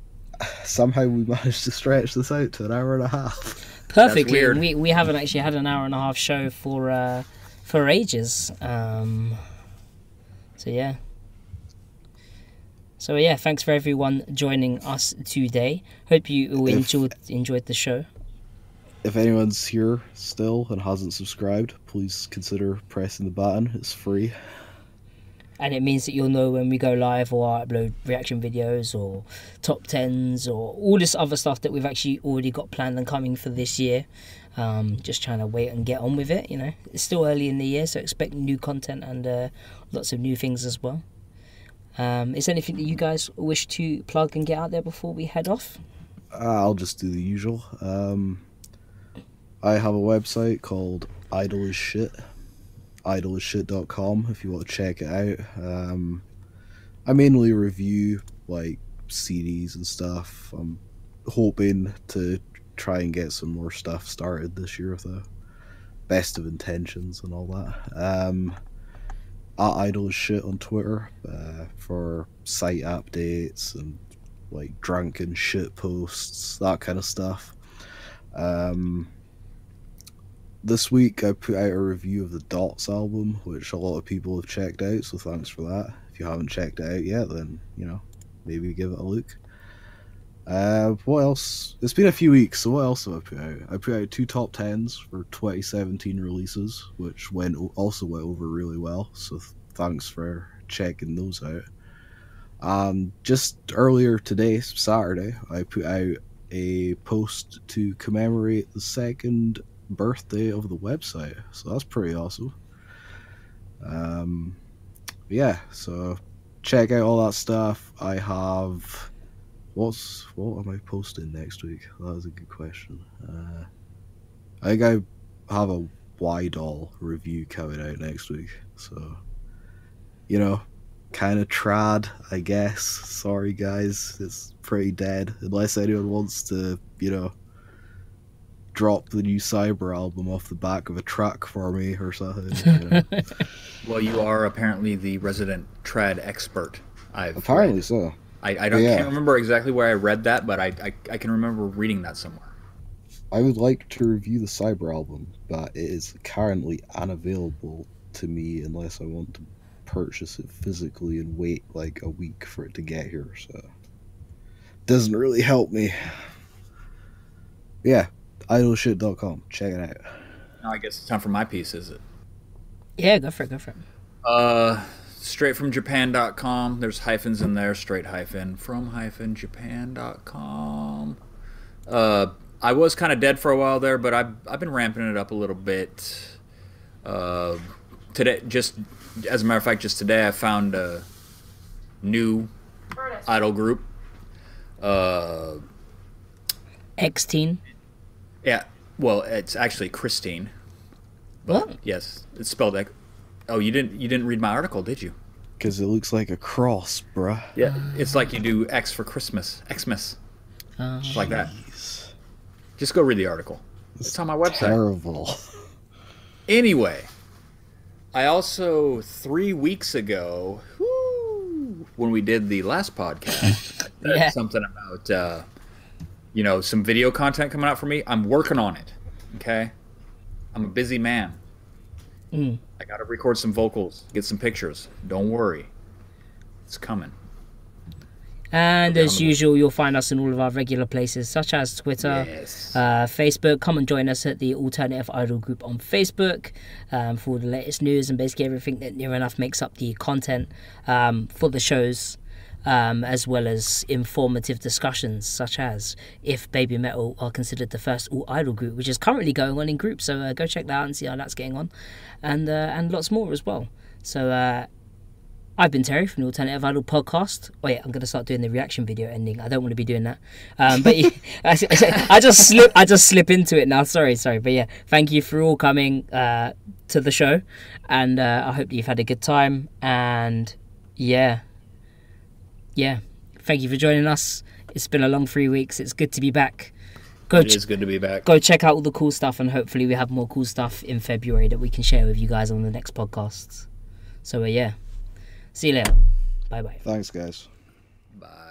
S2: Somehow we managed to stretch this out to an hour and a half.
S1: Perfectly.
S3: weird.
S1: We, we haven't actually had an hour and a half show for uh, for ages. Um, so yeah. So yeah, thanks for everyone joining us today. Hope you all
S2: If-
S1: enjoyed enjoyed the show.
S2: If anyone's here still and hasn't subscribed, please consider pressing the button. It's free.
S1: and it means that you'll know when we go live or I upload reaction videos or top tens or all this other stuff that we've actually already got planned and coming for this year. Um, just trying to wait and get on with it. You know, it's still early in the year, so expect new content and uh, lots of new things as well. Um, is there anything that you guys wish to plug and get out there before we head off?
S2: Uh, I'll just do the usual. Um, I have a website called Idle as Shit, idleasshit.com if you want to check it out. Um, I mainly review like CDs and stuff. I'm hoping to try and get some more stuff started this year with the best of intentions and all that. Um, at Idle as Shit on Twitter uh, for site updates and like drunken shit posts, that kind of stuff. Um, this week I put out a review of the Dots album, which a lot of people have checked out, so thanks for that. If you haven't checked it out yet, then you know maybe give it a look. Uh, what else? It's been a few weeks, so what else have I put out? I put out two top tens for 2017 releases, which went o- also went over really well. So th- thanks for checking those out. Um, just earlier today, Saturday, I put out a post to commemorate the second birthday of the website. So that's pretty awesome. Um, yeah, so check out all that stuff. I have. What's what am I posting next week? That was a good question. Uh, I think I have a Y doll review coming out next week. So, you know, kind of trad, I guess. Sorry, guys, it's pretty dead. Unless anyone wants to, you know, drop the new Cyber album off the back of a truck for me or something. you know.
S3: Well, you are apparently the resident trad expert. I've read.
S2: Apparently so.
S3: I, I don't
S2: Yeah.
S3: can't remember exactly where I read that, but I, I I can remember reading that somewhere.
S2: I would like to review the Cyber album, but it is currently unavailable to me unless I want to purchase it physically and wait like a week for it to get here. So doesn't really help me. Yeah, idleshit.com. Check it out.
S3: Now I guess it's time for my piece, is it?
S1: Yeah, go for it, go for it.
S3: Uh, straight from Japan.com. There's hyphens in there. Straight hyphen from hyphen Japan.com. Uh, I was kind of dead for a while there, but I've I've been ramping it up a little bit. Uh, today, just as a matter of fact, just today I found a new idol group. Uh.
S1: X Teen.
S3: Yeah. Well, it's actually Christine.
S1: What?
S3: Yes, it's spelled like. Oh, you didn't you didn't read my article, did you?
S2: Because it looks like a cross, bruh.
S3: Yeah. It's like you do X for Christmas, Xmas,
S1: Uh,
S3: like that.
S2: Jeez.
S3: Just go read the article. It's on my website.
S2: Terrible.
S3: Anyway, I also three weeks ago, whoo, when we did the last podcast, I said
S1: Yeah.
S3: something about uh, you know some video content coming out for me. I'm working on it. Okay, I'm a busy man.
S1: Mm.
S3: I got to record some vocals, get some pictures. Don't worry, it's coming.
S1: And as
S3: Phenomenal.
S1: usual, you'll find us in all of our regular places, such as Twitter,
S3: yes.
S1: uh, Facebook. Come and join us at the Alternative Idol group on Facebook um, for all the latest news and basically everything that near enough makes up the content um, for the shows, um, as well as informative discussions such as if Baby Metal are considered the first all idol group, which is currently going on in groups. So uh, go check that out and see how that's getting on, and uh, and lots more as well. So. Uh, I've been Terry from the Alternative Idol podcast. Oh yeah, I'm gonna start doing the reaction video ending. I don't want to be doing that, um, but yeah, I, I just slip, I just slip into it now. Sorry, sorry, but yeah, thank you for all coming uh, to the show, and uh, I hope that you've had a good time. And yeah, yeah, thank you for joining us. It's been a long three weeks. It's good to be back. Go,
S3: it
S1: ch-
S3: is good to be back.
S1: go check out all the cool stuff, and hopefully we have more cool stuff in February that we can share with you guys on the next podcasts. So uh, yeah, see you later. Bye bye.
S2: Thanks, guys.
S3: Bye.